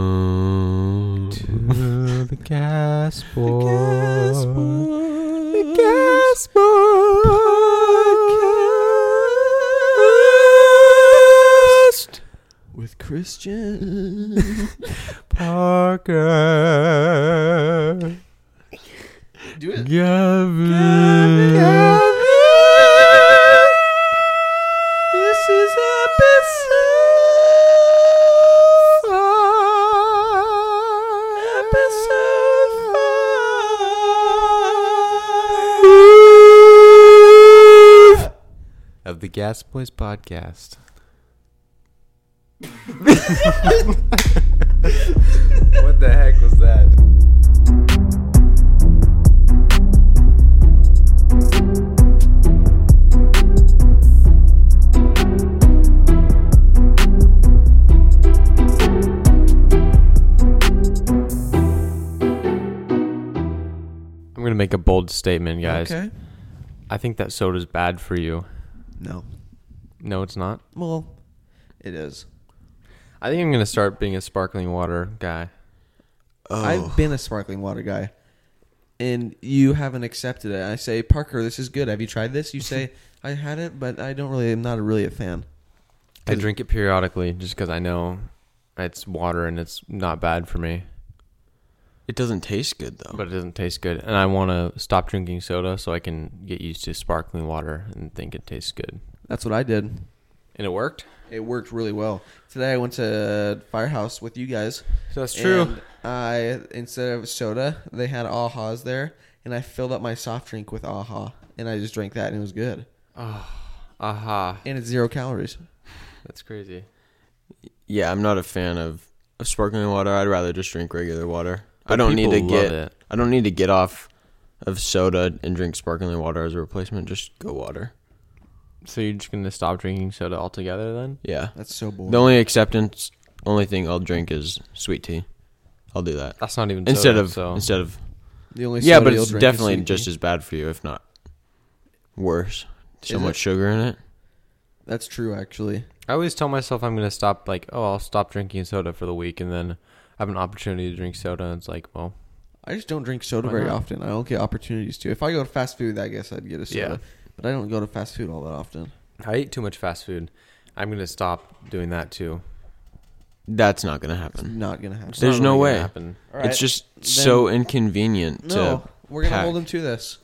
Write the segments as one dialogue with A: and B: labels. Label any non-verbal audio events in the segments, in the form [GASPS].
A: Welcome
B: to the Gaspar.
A: The Podcast
B: [LAUGHS]
A: with Christian.
B: Parker.
A: Do
B: Gavin.
A: This is episode. Episode five
B: Of the Gas Boys podcast. what the heck was that? I'm gonna make a bold statement, guys.
A: Okay.
B: I think that soda's bad for you.
A: No.
B: No, it's not.
A: Well, it is.
B: I think I'm gonna start being a sparkling water guy.
C: Oh.
A: I've been a sparkling water guy, and you haven't accepted it. I say, Parker, this is good. Have you tried this?
C: [LAUGHS]
A: You say, I had it, but I don't really. I'm not really a fan.
B: I drink it periodically just because I know it's water and it's not bad for me,
C: It doesn't taste good though.
B: but it doesn't taste good. And I want to stop drinking soda so I can get used to sparkling water and think it tastes good.
A: That's what I did.
B: And it worked.
A: It worked really well. Today I went to Firehouse with you guys.
B: So that's true.
A: And I instead of soda, they had Aha's there, and I filled up my soft drink with Aha, and I just drank that, and it was good.
B: Aha,
A: And it's zero calories.
B: that's crazy.
C: yeah, I'm not a fan of, of sparkling water. I'd rather just drink regular water. I don't need
B: people
C: to
B: love
C: get
B: it.
C: I don't need to get off of soda and drink sparkling water as a replacement. Just go water.
B: So you're just gonna stop drinking soda altogether then?
C: Yeah.
A: That's so boring.
C: The only acceptance only thing I'll drink is sweet tea. I'll do that.
B: That's not even
C: Instead
B: soda,
C: of
B: so.
C: instead of
A: The only
C: Yeah,
A: soda
C: but
A: you'll
C: it's
A: drink is
C: definitely
A: sweet
C: just
A: tea.
C: as bad for you if not worse. So
A: Is
C: much
A: it?
C: sugar in it.
A: that's true actually.
B: I always tell myself I'm gonna stop like, oh, I'll stop drinking soda for the week, and then I have an opportunity to drink soda, and it's like, well,
A: I just don't drink soda
B: Why
A: very
B: not?
A: often. I don't get opportunities to. If I go to fast food, I guess I'd get a soda. But I don't go to fast food all that often.
B: I eat too much fast food. I'm gonna stop doing that too.
C: That's not gonna
A: It's
C: happen.
A: not gonna happen.
B: It's
C: Mm. There's
B: not
C: no
B: really gonna
C: way.
B: Happen.
A: All right.
C: It's just so inconvenient
A: no.
C: to
A: We're gonna
C: pack.
A: hold him to this,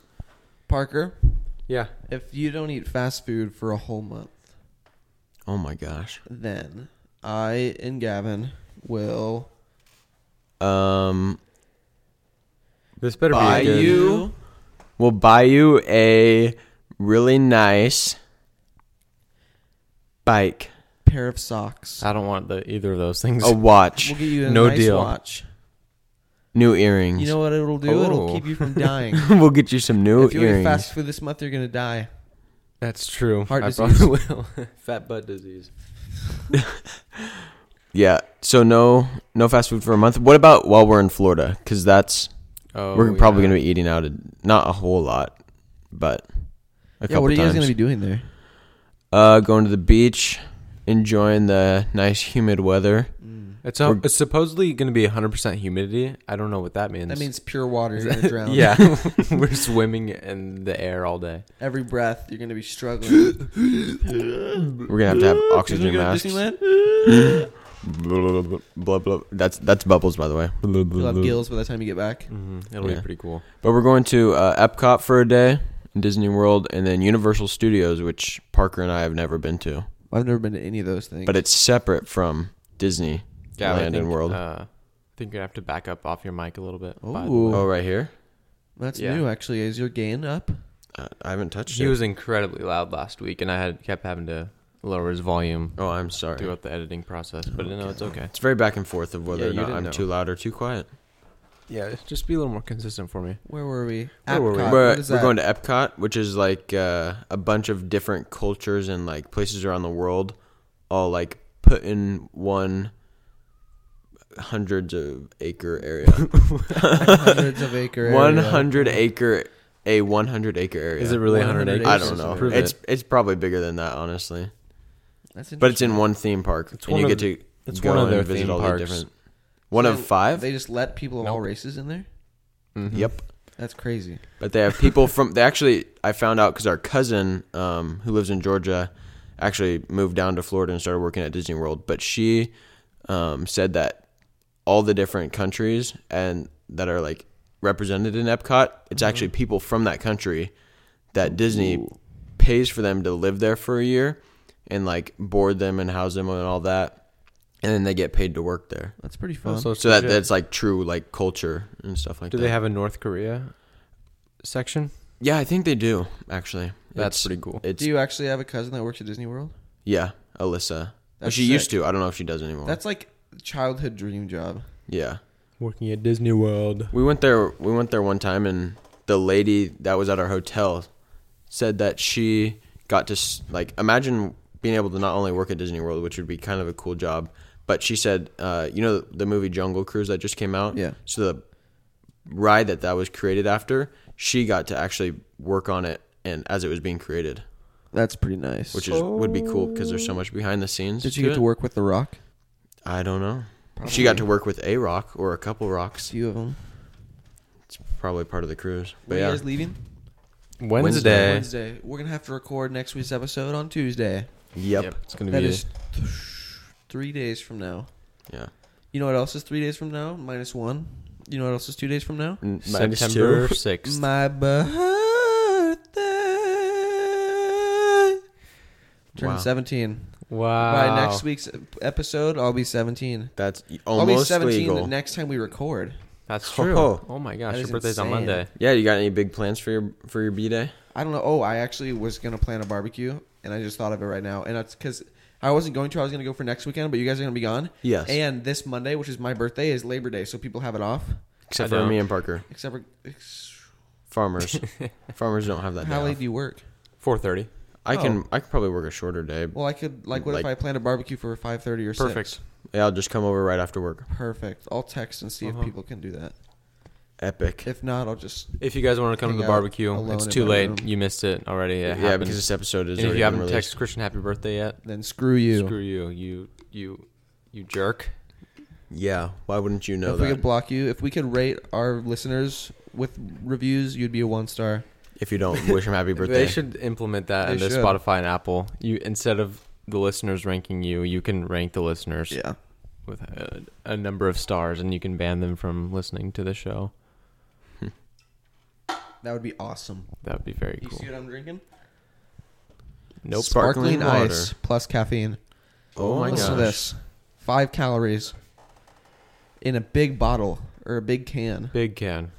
A: Parker.
B: Yeah.
A: If you don't eat fast food for a whole month,
C: Oh my gosh.
A: then I and Gavin will
C: Um
B: This better
C: Buy
B: be good.
C: you. We'll buy you a really nice bike,
A: pair of socks.
B: I don't want the either of those things.
C: a watch,
A: We'll get you a
B: No
A: nice
B: deal.
A: watch.
C: new earrings.
A: You
C: [LAUGHS]
A: know what it'll do? It'll
B: Oh.
A: keep you from dying.
C: we'll get you some new
A: if you eat
C: earrings.
A: fast food this month, you're gonna die.
B: That's true.
A: Heart
B: I
A: disease.
B: probably will. [LAUGHS] Fat butt disease.
C: Yeah. So no, no fast food for a month. What about while we're in Florida? Because that's
B: Oh,
C: we're probably
B: yeah.
C: gonna be eating out. A, not a whole lot, but a
A: yeah.
C: couple
A: What are you guys
C: times.
A: gonna be doing there?
C: Uh, going to the beach, enjoying the nice humid
A: [GASPS]
C: weather.
A: Mm.
B: It's, a,
C: we're-
B: it's supposedly going to be 100% humidity. I don't know what that means. [LAUGHS]
A: That means pure water. You're gonna drown. [LAUGHS]
B: yeah, [LAUGHS] we're swimming in the air all day.
A: Every breath, you're gonna be struggling.
B: [GASPS]
C: We're gonna have
A: [LAUGHS]
C: to have oxygen masks. [LAUGHS] Blub, blub, blub. That's that's bubbles, by the way. Blub, blub,
A: You'll have
C: blub.
A: gills by the time you get back.
B: hmm It'll
C: Yeah.
B: be pretty cool.
C: But we're going to uh, Epcot for a day, Disney World, and then Universal Studios, which Parker and I have never been to,
A: I've never been to any of those things.
C: but it's separate from Disney
B: but I
C: Land and
B: think,
C: World.
B: Uh, I think you're going to have to back up off your mic a little bit. by the way.
A: Ooh,
C: oh, right here.
A: that's
B: yeah.
A: new actually. Is your gain up?
C: Uh, I haven't touched
B: He
C: it.
B: was incredibly loud last week, and I had kept having to lower his volume
C: oh, I'm sorry.
B: throughout the editing process. But no, it's okay.
C: It's very back and forth of whether
B: Yeah,
C: or
B: you
C: not
B: didn't
C: I'm
B: know.
C: too loud or too quiet.
B: Yeah, just be a little more consistent for me.
A: Where were we?
B: Where were we?
A: Epcot.
C: we're
A: What is
C: we're
A: that? [LAUGHS]
C: going to Epcot, which is like uh, a bunch of different cultures and like places around the world, all like put in one hundreds of acre area.
A: hundreds of acre. area.
C: One hundred acre, a one hundred acre area.
B: Is it really 100
A: 100
B: acres?
C: I
A: acres?
C: don't know.
B: Prove
C: it's
B: it.
C: it's probably bigger than that, honestly.
A: That's
C: But it's
A: interesting.
C: in one theme park,
B: It's
C: and you
B: one
C: get
B: of-
C: to
B: It's
C: go
B: one of
C: and
B: their
C: visit
B: theme
C: all the
B: parks.
C: different- One
A: So
C: of five.
A: They just let people of all
B: Nope.
A: races in there.
B: Mhm.
C: Yep.
A: That's crazy.
C: But they have people from. They actually, I found out because our cousin, um, who lives in Georgia, actually moved down to Florida and started working at Disney World. But she um, said that all the different countries and that are like represented in Epcot, it's
B: Mm-hmm.
C: actually people from that country that Disney pays for them to live there for a year and like board them and house them and all that, and then they get paid to work there.
A: That's pretty fun.
B: So, it's
C: So that
B: legit.
C: that's like true like culture and stuff like
B: do
C: that.
B: they have a North Korea section?
C: Yeah, I think they do actually.
B: That's
C: It's-
B: pretty cool.
C: It's
A: Do you actually have a cousin that works at Disney World?
C: yeah, Alyssa.
A: That's
C: she used
A: sick.
C: to. I don't know if she does anymore.
A: That's like childhood dream job.
C: yeah.
B: Working at Disney World.
C: We went there. We went there one time, and the lady that was at our hotel said that she got to s- like imagine being able to not only work at Disney World, which would be kind of a cool job, but she said, uh, you know, the movie Jungle Cruise that just came out.
A: Yeah.
C: So the ride that that was created after, she got to actually work on it, and as it was being created,
A: That's pretty nice.
C: which is would be cool because there's so much behind the scenes.
A: Did you get
C: it.
A: to work with The Rock?
C: I don't know. She got to work with a rock or a couple rocks.
A: Few of them.
C: It's probably part of the cruise. But
A: When you
C: yeah,
A: guys leaving?
B: Wednesday.
A: Wednesday. We're gonna have to record next week's episode on Tuesday.
C: yep.
B: It's gonna
A: That
B: be
A: is th- three days from now.
C: Yeah.
A: You know what else is three days from now? Minus one. You know what else is two days from now?
C: N- minus
B: September [LAUGHS]
C: two.
B: sixth.
A: My birthday. Turn
C: Wow.
A: 17.
B: Wow.
A: By next week's episode, I'll be 17.
C: That's y-
A: I'll be
C: almost
A: 17
C: legal.
A: the next time we record.
B: [LAUGHS] That's
C: Oh.
B: true. Oh my gosh,
A: That
B: your
A: is
B: birthday's on
A: insane.
B: Monday.
C: yeah, you got any big plans for your for your b day?
A: I don't know. Oh, I actually was going to plan a barbecue, and I just thought of it right now. And that's because I wasn't going to. I was going to go for next weekend, but you guys are going to be gone.
C: Yes.
A: And this Monday, which is my birthday, is Labor Day, so people have it off.
C: Except
B: I
C: for
B: don't.
C: me and Parker,
A: Except for. ex-
B: [LAUGHS]
C: farmers. farmers don't have that. Day
A: How Oh. late
C: off.
A: do you work?
B: Four thirty.
C: I can I could probably work a shorter day.
A: Well, I could. Like, what
C: Like-
A: if I planned a barbecue for 5.30 or 6?
B: Perfect.
C: Yeah, I'll just come over right after work.
A: Perfect. I'll text and see if
B: Uh-huh.
A: people can do that.
C: Epic.
A: If not, I'll just.
B: If you guys want to come to
A: Hang
B: the
A: out
B: barbecue,
A: alone
B: it's
A: in
B: too
A: my
B: late.
A: room.
B: You missed it already. It
C: yeah,
B: happened.
C: because this episode is
B: and if
C: already
B: you
C: been
B: haven't
C: released.
B: texted Christian happy birthday yet,
A: Then screw you.
B: screw you. You you you jerk.
C: yeah, why wouldn't you know
A: if we
C: that?
A: could block you, if we could rate our listeners with reviews, you'd be a one star.
C: if you don't wish him
A: [LAUGHS]
C: happy birthday,
B: They should implement that
A: They
B: into
A: should.
B: Spotify and Apple. You instead of the listeners ranking you, you can rank the listeners
A: Yeah.
B: with a, a number of stars, and you can ban them from listening to the show.
A: That would be awesome.
B: That would be very
A: You
B: cool.
A: see what I'm drinking?
B: Nope.
A: Sparkling,
C: Sparkling water.
A: ice plus caffeine.
C: oh my
A: Listen
C: gosh,
A: to this. Five calories in a big bottle or a big can.
B: Big can.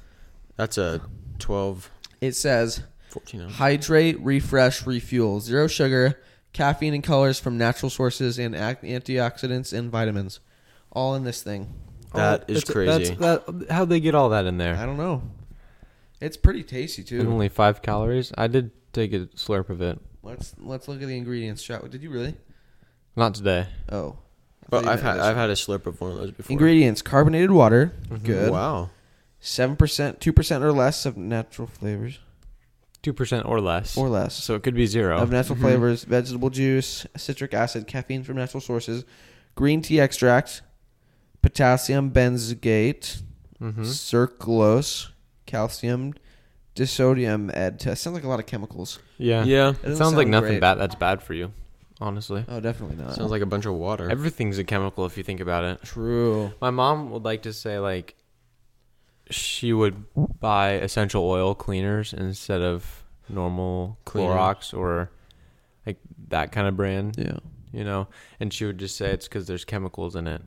C: that's a 12,
A: It says
C: 14 ounce.
A: hydrate, refresh, refuel. Zero sugar, caffeine and colors from natural sources, and ac- antioxidants and vitamins. All in this thing.
C: That is crazy.
B: how'd they get all Oh, that in there?
A: I don't know. It's pretty tasty too.
B: And
C: Mm-hmm.
B: only five calories. I did take a slurp of it.
A: Let's let's look at the ingredients. Shot. Did you really?
B: Not today.
A: Oh.
C: But
A: I
C: I've
A: thought you meant
C: had
A: this.
C: I've had a slurp of one of those before.
A: ingredients: carbonated water, good,
C: Wow.
A: seven percent, two percent or less of natural flavors,
B: Two percent or less.
A: or less
B: so it could be zero.
A: of
C: Mm-hmm.
A: natural flavors, vegetable juice, citric acid, caffeine from natural sources, green tea extract, potassium benzoate,
B: Mm-hmm.
A: circulose, calcium, disodium adtest. Sounds like a lot of chemicals.
B: Yeah.
C: Yeah.
A: It
B: It
A: doesn't
B: sounds like
A: sound
B: nothing
A: great.
B: bad. That's bad for you, honestly.
A: Oh, definitely not.
C: Sounds like a bunch of water.
B: Everything's a chemical if you think about it.
A: true.
B: My mom would like to say like she would buy essential oil cleaners instead of normal
C: Cleaner.
B: Clorox or like that kind of brand,
A: Yeah.
B: you know. And she would just say it's because there's chemicals in it.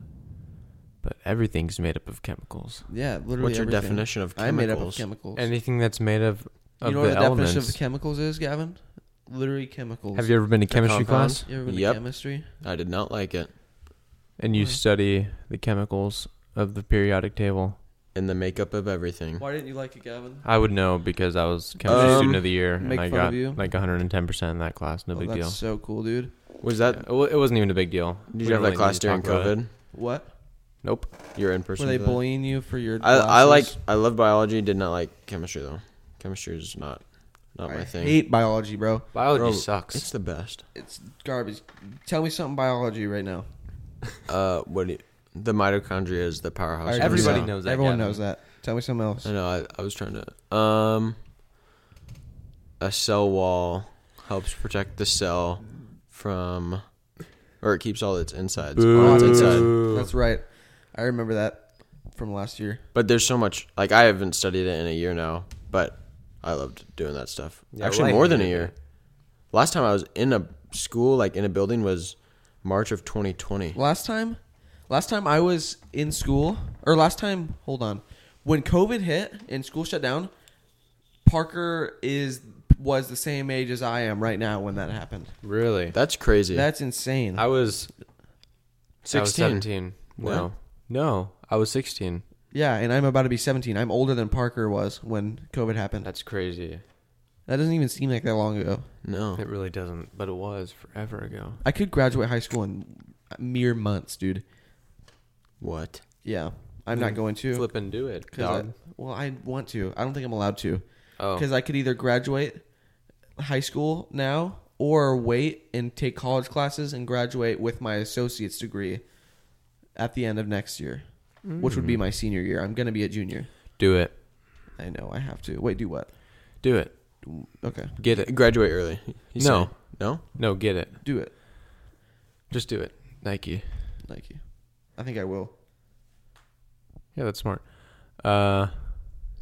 B: But everything's made up of chemicals.
A: Yeah. Literally.
C: What's your
A: everything.
C: definition of
A: I'm made up of
C: chemicals?
A: chemicals.
B: Anything that's made of, of
A: you know
B: the,
A: what the
B: elements.
A: definition of chemicals is, Gavin? Literally chemicals.
B: Have you ever Mm-hmm. been to chemistry
C: compounds?
B: class
A: You ever been
C: Yep.
A: to chemistry?
C: I did not like it.
B: and you
A: Why?
B: study the chemicals of the periodic table?
C: And the makeup of everything.
A: Why didn't you like it, Gavin?
B: I would know because I was chemistry
C: Um,
B: student of the year and
A: make
B: I
A: fun of
B: got
A: you?
B: like 110% in that class. No
A: Oh,
B: big
A: that's
B: deal.
A: so cool, dude.
C: Was that?
B: It wa- it wasn't even a big deal.
C: Did
B: We
C: you have
B: don't
C: that
B: really
C: class
B: need to talk
C: during
B: about it.
C: COVID?
A: What
B: Nope.
C: You're in person.
A: were they
C: for that?
A: bullying you for your?
C: I, I like.
A: glasses?
C: I love biology. Did not like chemistry though. Chemistry is not not
A: I
C: my thing.
A: hate biology, bro.
B: Biology
C: Bro,
B: sucks.
C: It's the best.
A: It's garbage. Tell me something biology right now.
C: Uh, what do you, the mitochondria is the powerhouse. of the
B: Everybody
C: cell.
B: knows that,
A: Everyone
B: Gavin.
A: knows that. Tell me something else.
C: I know. I, I was trying to. Um, a cell wall helps protect the cell from, or it keeps all its insides on
A: Oh,
C: its
A: that's,
C: inside.
A: that's right. I remember that from last year.
C: But there's so much. Like I haven't studied it in a year now, but I loved doing that stuff.
B: Yeah,
C: Actually,
B: Ryan
C: more than a
B: hated
C: year.
B: it.
C: Last time I was in a school, like in a building, was March of 2020.
A: Last time, last time I was in school, or last time, hold on, when COVID hit and school shut down, Parker is was the same age as I am right now when that happened.
B: Really?
C: That's crazy.
A: That's insane.
B: I was I was
C: 16.
B: 17. No. No, I was 16.
A: yeah, and I'm about to be 17. I'm older than Parker was when COVID happened.
B: That's crazy.
A: That doesn't even seem like that long ago.
C: no.
B: It really doesn't, but it was forever ago.
A: I could graduate high school in mere months, dude.
C: What?
A: Yeah, I'm not going to.
B: Hmm. Flip and do it.
A: 'cause I, well, I want to. I don't think I'm allowed to.
B: Oh.
A: because I could either graduate high school now or wait and take college classes and graduate with my associate's degree at the end of next year, which
B: Mm.
A: would be my senior year. I'm gonna be a junior.
B: Do it.
A: I know I have to. Wait, do what?
B: Do it.
A: Okay,
B: Get it.
C: Graduate early. he said.
B: No.
C: No.
B: No, get it.
A: do it,
B: Just do it. Nike.
A: Nike. I think I will.
B: Yeah, that's smart. Uh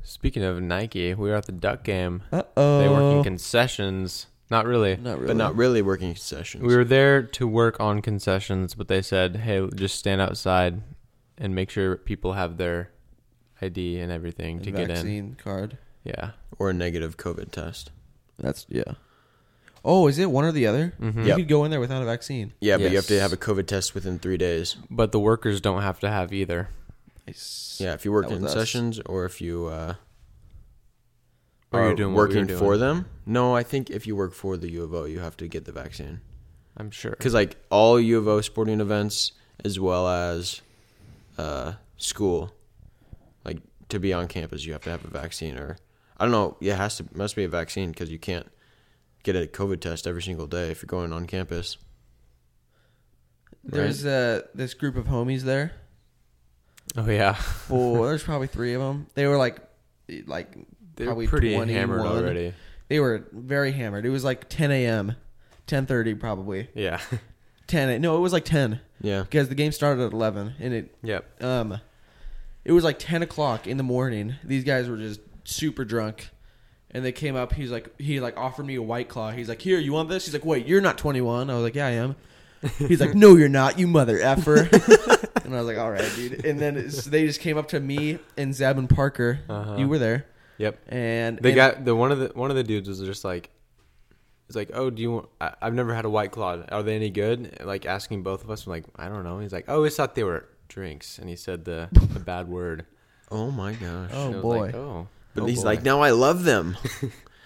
B: speaking of Nike, we were at the Duck game.
A: Uh oh.
B: They work in concessions. Not really.
A: Not really.
C: But not really working sessions.
B: We were there to work on concessions, but they said, "Hey, just stand outside and make sure people have their ID and everything to get in."
A: vaccine card.
B: Yeah.
C: or a negative COVID test.
A: That's yeah. Oh, is it one or the other?
B: Mm-hmm.
A: You
C: Yep.
A: could go in there without a vaccine.
C: Yeah, but you have to
B: Yes.
C: have a COVID test within three days.
B: But the workers don't have to have either.
A: Nice.
C: Yeah, if you work
A: That was
C: in
A: us.
C: sessions or if you uh,
B: Or
C: are
B: you're doing what we were
C: working for
B: doing.
C: them. No, I think if you work for the U of O, you have to get the vaccine
B: I'm sure.
C: because like all U of O sporting events as well as uh, school, like to be on campus, you have to have a vaccine or I don't know. Yeah, it has to must be a vaccine because you can't get a COVID test every single day if you're going on campus.
A: There's uh, this group of homies there
B: Oh yeah,
A: four. [LAUGHS] there's probably three of them. They were like, like
B: they're
A: probably
B: pretty
A: 21.
B: hammered already.
A: They were very hammered. It was like 10 a.m., 10:30 probably.
B: Yeah. [LAUGHS]
A: 10. a- No, it was like 10
C: Yeah,
A: because the game started at 11, and it
B: yep.
A: um, it was like 10 o'clock in the morning. These guys were just super drunk. And they came up. He's like, he like offered me a white claw. He's like, here, you want this? He's like, wait, you're not 21. I was like, yeah, I am. He's like, no, you're not, you mother effer. and I was like, all right, dude. And then it's, they just came up to me and Zeb and Parker.
B: Uh-huh.
A: You were there,
B: Yep.
A: and
B: They
A: and-
B: got the one of the one of the dudes was just like, it's like, oh, do you? want I, I've never had a white claw. Are they any good? And, Like asking both of us. I'm like, I don't know. He's like, oh, I always thought they were drinks, and he said the, the
A: [LAUGHS]
B: bad word.
C: Oh my gosh.
A: Oh,
B: And I was like,
A: boy.
B: oh.
C: But
B: oh,
C: he's
B: boy.
C: like, now I love them.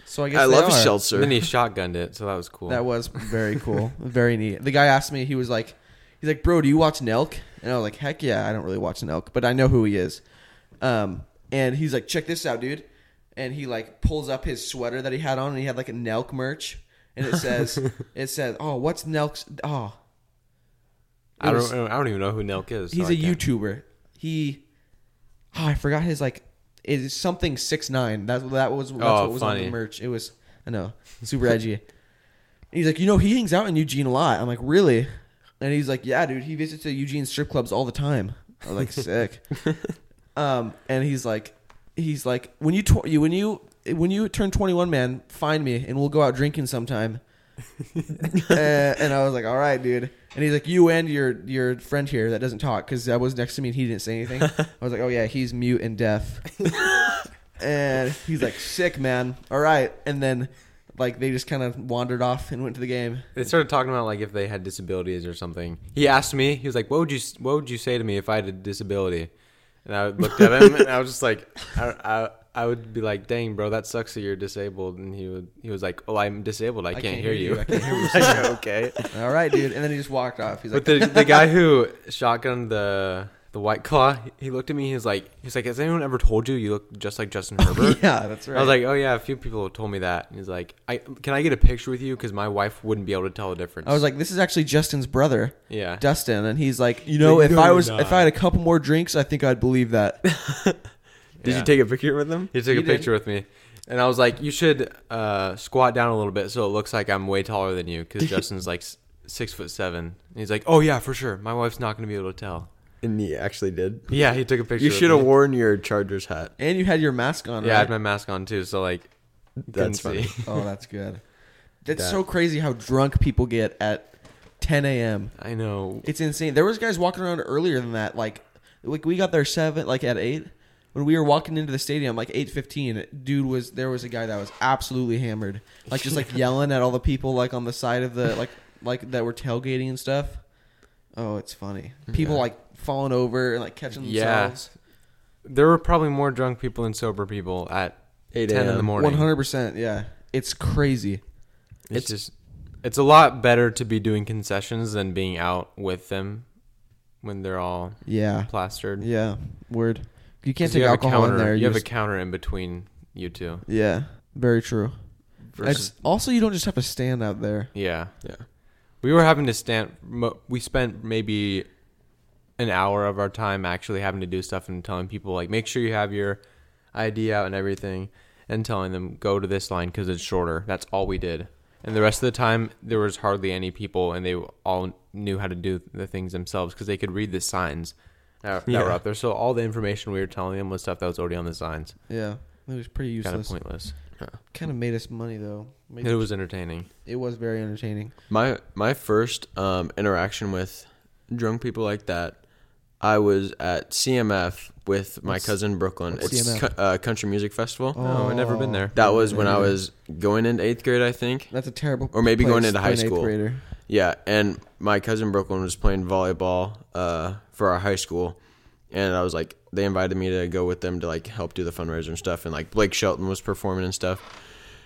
A: So I guess
C: I
A: they
C: love
A: are.
B: [LAUGHS]
C: Shelter.
B: And then he shotgunned it, so that was cool.
A: That was very cool, very neat. The guy asked me, he was like, he's like, bro, do you watch Nelk? And I was like, heck yeah, I don't really watch Nelk, but I know who he is. Um, and he's like, check this out, dude. And he like pulls up his sweater that he had on, and he had like a Nelk merch, and it says, it says, oh, what's Nelk's? Oh,
B: I
A: it
B: don't.
A: was-
B: I don't even know who Nelk is. so
A: he's
B: I
A: a
B: can't-
A: YouTuber. He, oh, I forgot his like, is something six nine. That that was that's
B: Oh,
A: what was on
B: funny.
A: the merch. It was I know super edgy. [LAUGHS] And he's like, you know, he hangs out in Eugene a lot. I'm like, really? And he's like, yeah, dude. He visits the Eugene strip clubs all the time.
B: [LAUGHS]
A: I was like, sick. Um, and he's like, he's like, when you tw- you when you when you turn 21, man, find me and we'll go out drinking sometime. Uh, [LAUGHS] and I was like, all right, dude. And he's like, you and your your friend here that doesn't talk because I was next to me and he didn't
B: [LAUGHS]
A: say anything. I was like, oh yeah, he's mute and deaf. and he's like, sick, man. All right. And then like they just kind of wandered off and went to the game.
B: They started talking about like if they had disabilities or something. He asked me. He was like, "What would you What would you say to me if I had a disability?" And I looked at him and I was just like, I, I, I would be like, "Dang, bro, that sucks that you're disabled." And he would he was like, "Oh, I'm disabled. I, can't, hear, you."
A: I
B: [LAUGHS]
A: can't hear
C: [LAUGHS]
A: you.
B: like, okay.
A: All right, dude. And then he just walked off. He's like,
B: But the the guy who shotgunned the the white claw. He looked at me. He was like, he's like, has anyone ever told you you look just like
A: [LAUGHS]
B: Justin Herbert?
A: Oh, yeah, that's right.
B: I was like, oh yeah, a few people have told me that. And he's like, I can I get a picture with you because my wife wouldn't be able to tell the difference.
A: I was like, this is actually Justin's brother,
B: yeah,
A: Dustin, and he's like, you know, if
B: No,
A: I
B: you're
A: was,
B: not.
A: if I had a couple more drinks, I think I'd
B: [LAUGHS]
A: believe that.
C: Did
B: Yeah.
C: you take a picture with them?
B: He took
A: He
B: a picture with me, and I was like, "You should uh, squat down a little bit so it looks like I'm way taller than you."
A: [LAUGHS]
B: Because Justin's like s- six foot seven, and he's like, "Oh yeah, for sure. My wife's not gonna be able to tell."
C: And you actually did.
B: Yeah, he took a picture.
C: You
B: with
C: should have
B: me.
C: worn your Chargers hat.
A: And you had your mask on,
B: Yeah, I
A: right?
B: had my mask on too, so like,
C: That's
B: couldn't
C: funny.
B: see. [LAUGHS]
A: oh, that's good. That's
C: That-
A: so crazy how drunk people get at 10 a.m.
B: I know.
A: It's insane. There was guys walking around earlier than that. Like, like we got there seven, like at eight. When we were walking into the stadium, like eight fifteen, dude was there was a guy that was absolutely hammered, like
B: [LAUGHS]
A: just like yelling at all the people like on the side of the like like that were tailgating and stuff. Oh, it's funny. People like falling over and like catching
B: Yeah.
A: themselves.
B: There were probably more drunk people than sober people at
C: 8
B: ten in the
C: a.m..
B: morning.
A: One hundred percent. Yeah, it's crazy.
B: It's, just, it's a lot better to be doing concessions than being out with them when they're all
A: Yeah,
B: plastered.
A: yeah. Word. You can't
B: 'Cause
A: take
B: you have a
A: alcohol in
B: counter-
A: there.
B: You,
A: You
B: have a
A: just-
B: counter in between you two.
A: yeah, very true.
B: Versus,
A: It's- also, you don't just have to stand out there.
B: yeah,
C: Yeah.
B: we were having to stand. mo- We spent maybe an hour of our time actually having to do stuff and telling people like, make sure you have your ID out and everything, and telling them go to this line because it's shorter. That's all we did. And the rest of the time, there was hardly any people, and they all knew how to do the things themselves because they could read the signs that, that were
C: Yeah.
B: up there. So all the information we were telling them was stuff that was already on the signs.
A: Yeah, it was pretty
B: Kind of
A: useless.
B: pointless.
A: Kind of made us money though. Made-
B: It was entertaining.
A: it was very entertaining.
C: My my first um, interaction with drunk people like that, I was at CMF with my
A: What's-
C: cousin Brooklyn.
A: what's
C: It's
A: CMF?
C: cu- uh, country music festival.
B: Oh, I've never been there.
C: That was when I was going into eighth grade, I think.
A: That's a terrible.
C: Or maybe
A: place
C: going into
A: for
C: high
A: an eighth
C: school.
A: grader.
C: Yeah, and my cousin Brooklyn was playing volleyball uh, for our high school, and I was like, they invited me to go with them to like help do the fundraiser and stuff, and like Blake Shelton was performing and stuff,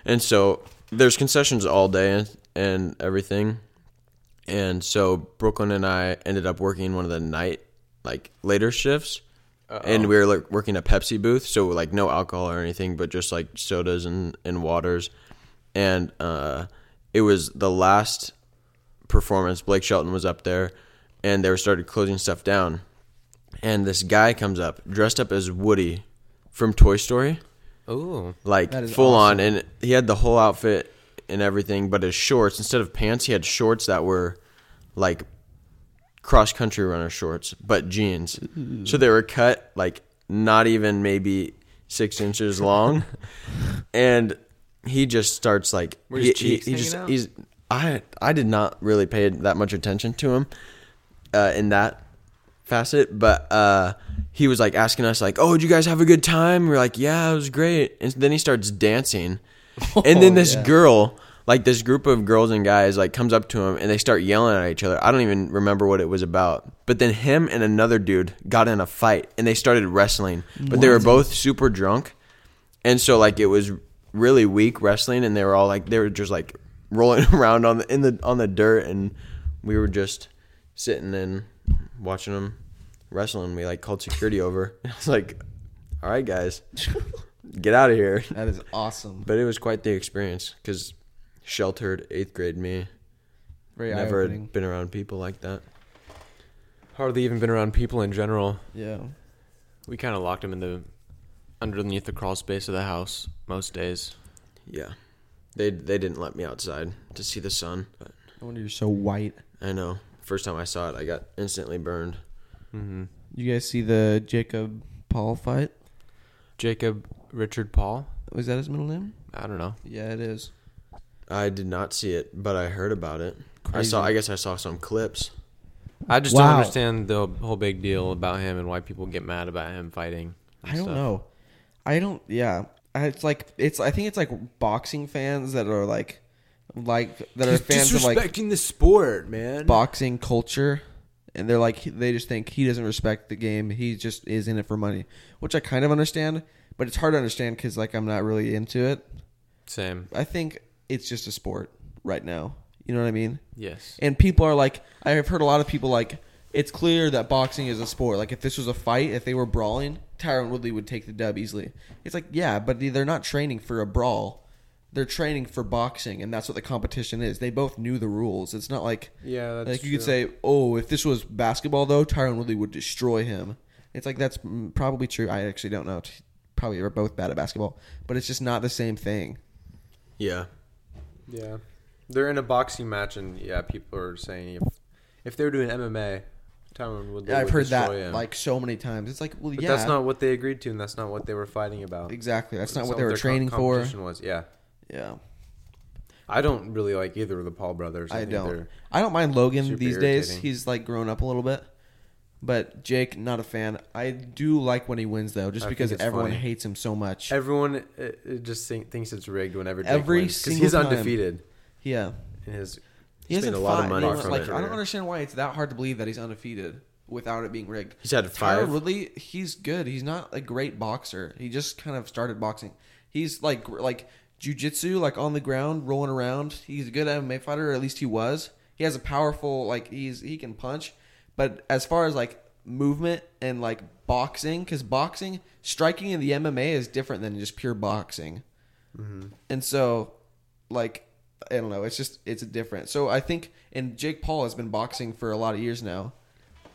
C: and so there's concessions all day and, and everything, and so Brooklyn and I ended up working one of the night like later shifts. And we were like working a Pepsi booth, so like no alcohol or anything, but just like sodas and, and waters. And uh, it was the last performance. Blake Shelton was up there, and they were started closing stuff down. And this guy comes up dressed up as Woody from Toy Story,
B: Oh,
C: like
A: That is
C: full on, and he had the whole outfit and everything, but his shorts instead of pants, he had shorts that were like cross country runner shorts, but jeans. So they were cut like not even maybe six
A: [LAUGHS]
C: inches long, and he just starts like
B: Were
C: he,
B: his
C: he-
B: cheeks
C: he
B: hanging
C: just
B: out?
C: he's I I did not really pay that much attention to him uh, in that facet, but uh, he was like asking us like, "Oh, did you guys have a good time?" We are like, "Yeah, it was great." And then he
B: [LAUGHS]
C: starts dancing, and
B: Oh,
C: then this
A: yeah.
C: girl. Like this group of girls and guys like comes up to him and they start yelling at each other. I don't even remember what it was about. But then him and another dude got in a fight and they started wrestling. But they were both super drunk. And so like it was really weak wrestling and they were all like they were just like [LAUGHS] rolling around on the in the on the dirt and we were just sitting and watching them wrestling. We like called security over. [LAUGHS] I was like, "All
A: [LAUGHS]
C: right, guys. Get out of here."
A: That is awesome.
C: But it was quite the experience cuz sheltered 8th grade me
A: Very
C: never
A: eye-opening.
C: had been around people like that.
B: hardly even been around people in general.
A: Yeah.
B: We kind of locked him in the underneath the crawl space of the house most days.
C: Yeah. They they didn't let me outside to see the sun. But
A: No wonder you're so white.
C: I know. First time I saw it, I got instantly burned.
B: Mm-hmm.
A: You guys see the Jacob Paul fight?
B: Jacob Richard Paul.
A: Was that his middle name?
B: I don't know.
A: Yeah, it is.
C: I did not see it, but I heard about it. I
A: Crazy.
C: saw. I guess I saw some clips.
B: I just
A: Wow.
B: don't understand the whole big deal about him and why people get mad about him fighting. and
A: I don't
B: stuff.
A: know. I don't. Yeah, I- it's like it's. I think it's like boxing fans that are like, like that are fans of like
B: the sport, man.
A: boxing culture, and they're like they just think he doesn't respect the game. He just is in it for money, which I kind of understand, but it's hard to understand because like I'm not really into it.
B: Same.
A: I think it's just a sport right now. You know what I mean?
B: Yes.
A: And people are like, I have heard a lot of people like it's clear that boxing is a sport. Like if this was a fight, if they were brawling, Tyron Woodley would take the dub easily. It's like yeah, but they- they're not training for a brawl. They're training for boxing, and that's what the competition is. They both knew the rules. It's not like
B: Yeah, that's
A: like you could
B: true.
A: say, oh, if this was basketball though, Tyron Woodley would destroy him. It's like that's mm, probably true. I actually don't know. Probably we're both bad at basketball, but it's just not the same thing.
C: Yeah.
B: Yeah, they're in a boxing match, and yeah, people are saying if if they were doing MMA, Tyron would.
A: I've
B: would
A: heard that
B: destroy him.
A: like so many times. It's like, well,
B: but
A: yeah,
B: that's not what they agreed to, and that's not what they were fighting about.
A: exactly. That's not what they
B: their
A: were
B: co-
A: training for.
B: competition Was yeah.
A: Yeah,
B: I don't really like either of the Paul brothers.
A: I
B: think
A: don't.
B: they're-
A: I don't mind Logan
B: super
A: these days.
B: irritating.
A: He's like grown up a little bit, but Jake, not a fan. I do like when he wins though, just
B: I think
A: because
B: it's
A: everyone
B: funny.
A: hates him so much.
B: Everyone uh, uh, just think, thinks it's rigged whenever Jake
A: Every
B: because
A: single
B: he's
A: time.
B: undefeated
A: yeah,
B: in his.
A: he
C: He's
A: hasn't
C: made a lot of
A: fought
C: money
A: anyone-
B: from
A: Like
B: it.
A: I don't understand why it's that hard to believe that he's undefeated without it being rigged.
C: He's had five.
A: Tyron Woodley, he's good. He's not a great boxer. He just kind of started boxing. He's like gr- like jujitsu, like on the ground, rolling around. He's a good MMA fighter, or at least he was. He has a powerful like he's he can punch, but as far as like movement and like boxing, because boxing striking in the MMA is different than just pure boxing, and so like. I don't know. It's just it's different. So I think, and Jake Paul has been boxing for a lot of years now.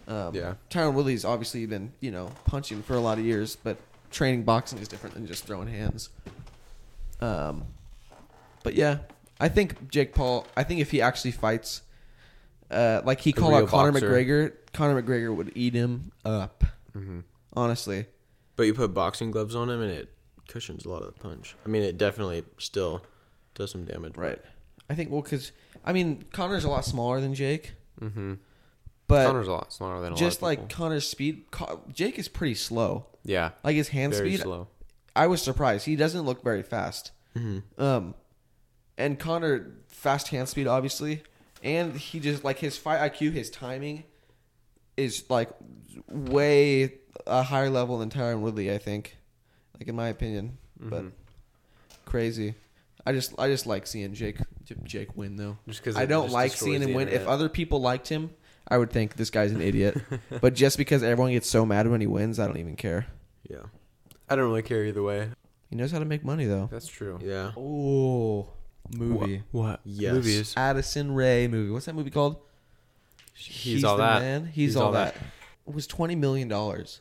A: Um,
B: Yeah.
A: Tyron Woodley's obviously been, you know, punching for a lot of years, but training boxing is different than just throwing hands. Um, but yeah, I think Jake Paul. I think if he actually fights, uh, like he called
B: real
A: out Conor
B: boxer.
A: McGregor, Conor McGregor would eat him up.
B: Mm-hmm.
A: Honestly,
C: But you put boxing gloves on him and it cushions a lot of the punch. I mean, it definitely still does some damage.
A: right? I think well, because I mean, Conor's a lot smaller than Jake, mm-hmm. but
B: Connor's a lot smaller than a
A: just
B: lot of
A: like
B: people.
A: Connor's speed, Co- Jake is pretty slow.
B: yeah,
A: Like his hand
B: very
A: speed,
B: slow.
A: I was surprised. He doesn't look very fast.
B: Mm-hmm.
A: Um, and Connor fast hand speed, obviously, and he just like his fight IQ, his timing is like way a higher level than Tyron Woodley. I think, like in my opinion, but
B: Mm-hmm.
A: crazy. I just I just like seeing Jake J- Jake win though.
B: Just 'cause
A: I
B: it
A: don't
B: just
A: like
B: destroys
A: seeing him
B: the
A: win. If
B: internet.
A: other people liked him, I would think this guy's
B: [LAUGHS]
A: an idiot. but just because everyone gets so mad when he wins, I don't even care.
C: Yeah.
B: I don't really care either way.
A: He knows how to make money though.
B: That's true.
C: Yeah.
A: Oh, movie. Ah,
B: What?
C: Yes.
B: Movies.
A: Addison Ray movie. What's that movie called?
B: He's, all that.
A: He's, all, that. It was twenty million dollars,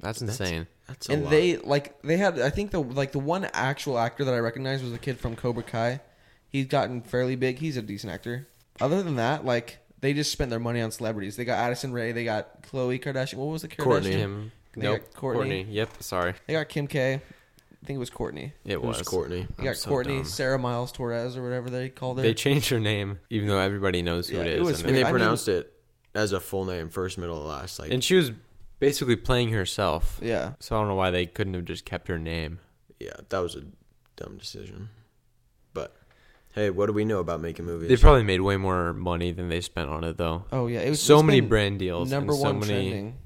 B: That's insane.
C: That's a
A: and
C: lot.
A: they like they had. I think the like the one actual actor that I recognized was a kid from Cobra Kai. He's gotten fairly big. He's a decent actor. Other than that, like they just spent their money on celebrities. They got Addison Ray. They got Khloe Kardashian. What was the Kardashian?
C: Courtney.
B: Kim.
A: They
B: Nope.
A: got Courtney.
B: Yep. Sorry.
A: They got Kim K. I think it was Courtney.
B: It
C: It was
B: was
C: Courtney.
A: They
B: I'm
A: got
B: so
A: Courtney,
B: dumb.
A: Sarah Miles Torres, or whatever they called her.
B: They changed her name, even though everybody knows who
A: Yeah,
B: it
A: it
B: is.
A: was
B: and,
C: And they
A: I mean-
C: pronounced it as a full name, first, middle, and last. Like,
B: and she was basically playing herself.
A: yeah.
B: So I don't know why they couldn't have just kept her name.
C: yeah, that was a dumb decision. But hey, what do we know about making movies?
B: They probably made way more money than they spent on it, though.
A: Oh yeah, it was
B: so
A: it's
B: many
A: been
B: brand deals.
A: Number
B: and so
A: one
B: many,
A: trending.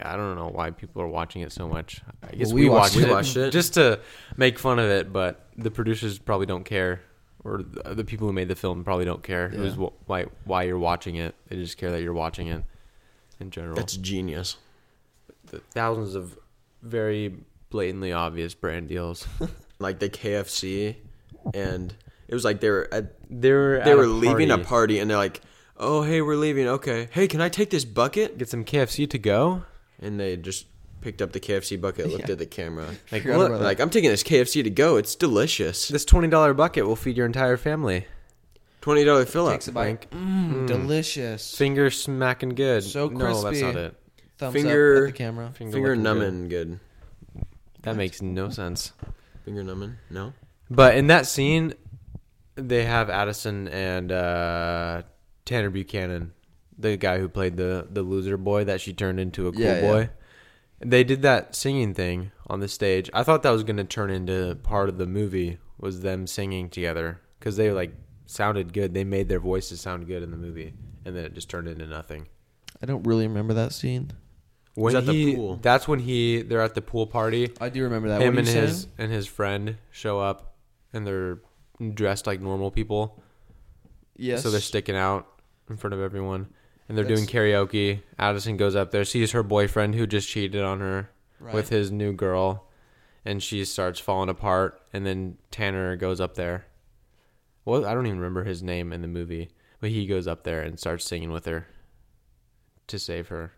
B: I don't know why people are watching it so much. I guess
A: Well,
B: we,
A: we watched
B: watched,
A: it.
B: it,
C: We watched it.
B: just to make fun of it, but the producers probably don't care, or the the people who made the film probably don't care who's wh- why why you're watching it. They just care that you're watching it in general.
C: That's genius.
B: the thousands of very blatantly obvious brand deals.
C: Like the KFC, and it was like they were at,
B: they were
C: they were leaving a party, and they're like, "Oh, hey, we're leaving. Okay, hey, can I take this bucket?"
B: Get some KFC to go.
C: And they just picked up the KFC bucket, looked
A: Yeah.
C: at the camera,
B: Like
A: Forgot
B: look,
A: about that.
C: like I'm taking this KFC to go. It's delicious.
B: this twenty dollar bucket will feed your entire family.
C: Twenty dollar fill up.
A: Takes a bite. Mm, Delicious.
B: Finger smacking good.
A: So
B: No, that's
A: crispy.
B: not it.
A: Thumbs up
C: finger-
A: at the camera.
B: Finger,
C: Finger
B: looking good.
C: numbing good.
B: That makes no sense.
C: Finger numbing. No.
B: But in that scene, they have Addison and uh, Tanner Buchanan, the guy who played the the loser boy that she turned into a cool
A: Yeah, yeah.
B: boy. They did that singing thing on the stage. I thought that was going to turn into part of the movie was them singing together because they like sounded good. They made their voices sound good in the movie, and then it just turned into nothing.
A: I don't really remember that scene.
B: When
C: at the
B: he,
C: pool.
B: that's when he they're at the pool party
A: I do remember that.
B: him
A: What
B: and
A: are you
B: his
A: saying?
B: and his friend show up and they're dressed like normal people
A: yes.
B: so they're sticking out in front of everyone and they're doing karaoke. Addison goes up there, sees her boyfriend who just cheated on her with his new girl, and she starts falling apart. And then Tanner goes up there. Well, I don't even remember his name in the movie, but he goes up there and starts singing with her to save her.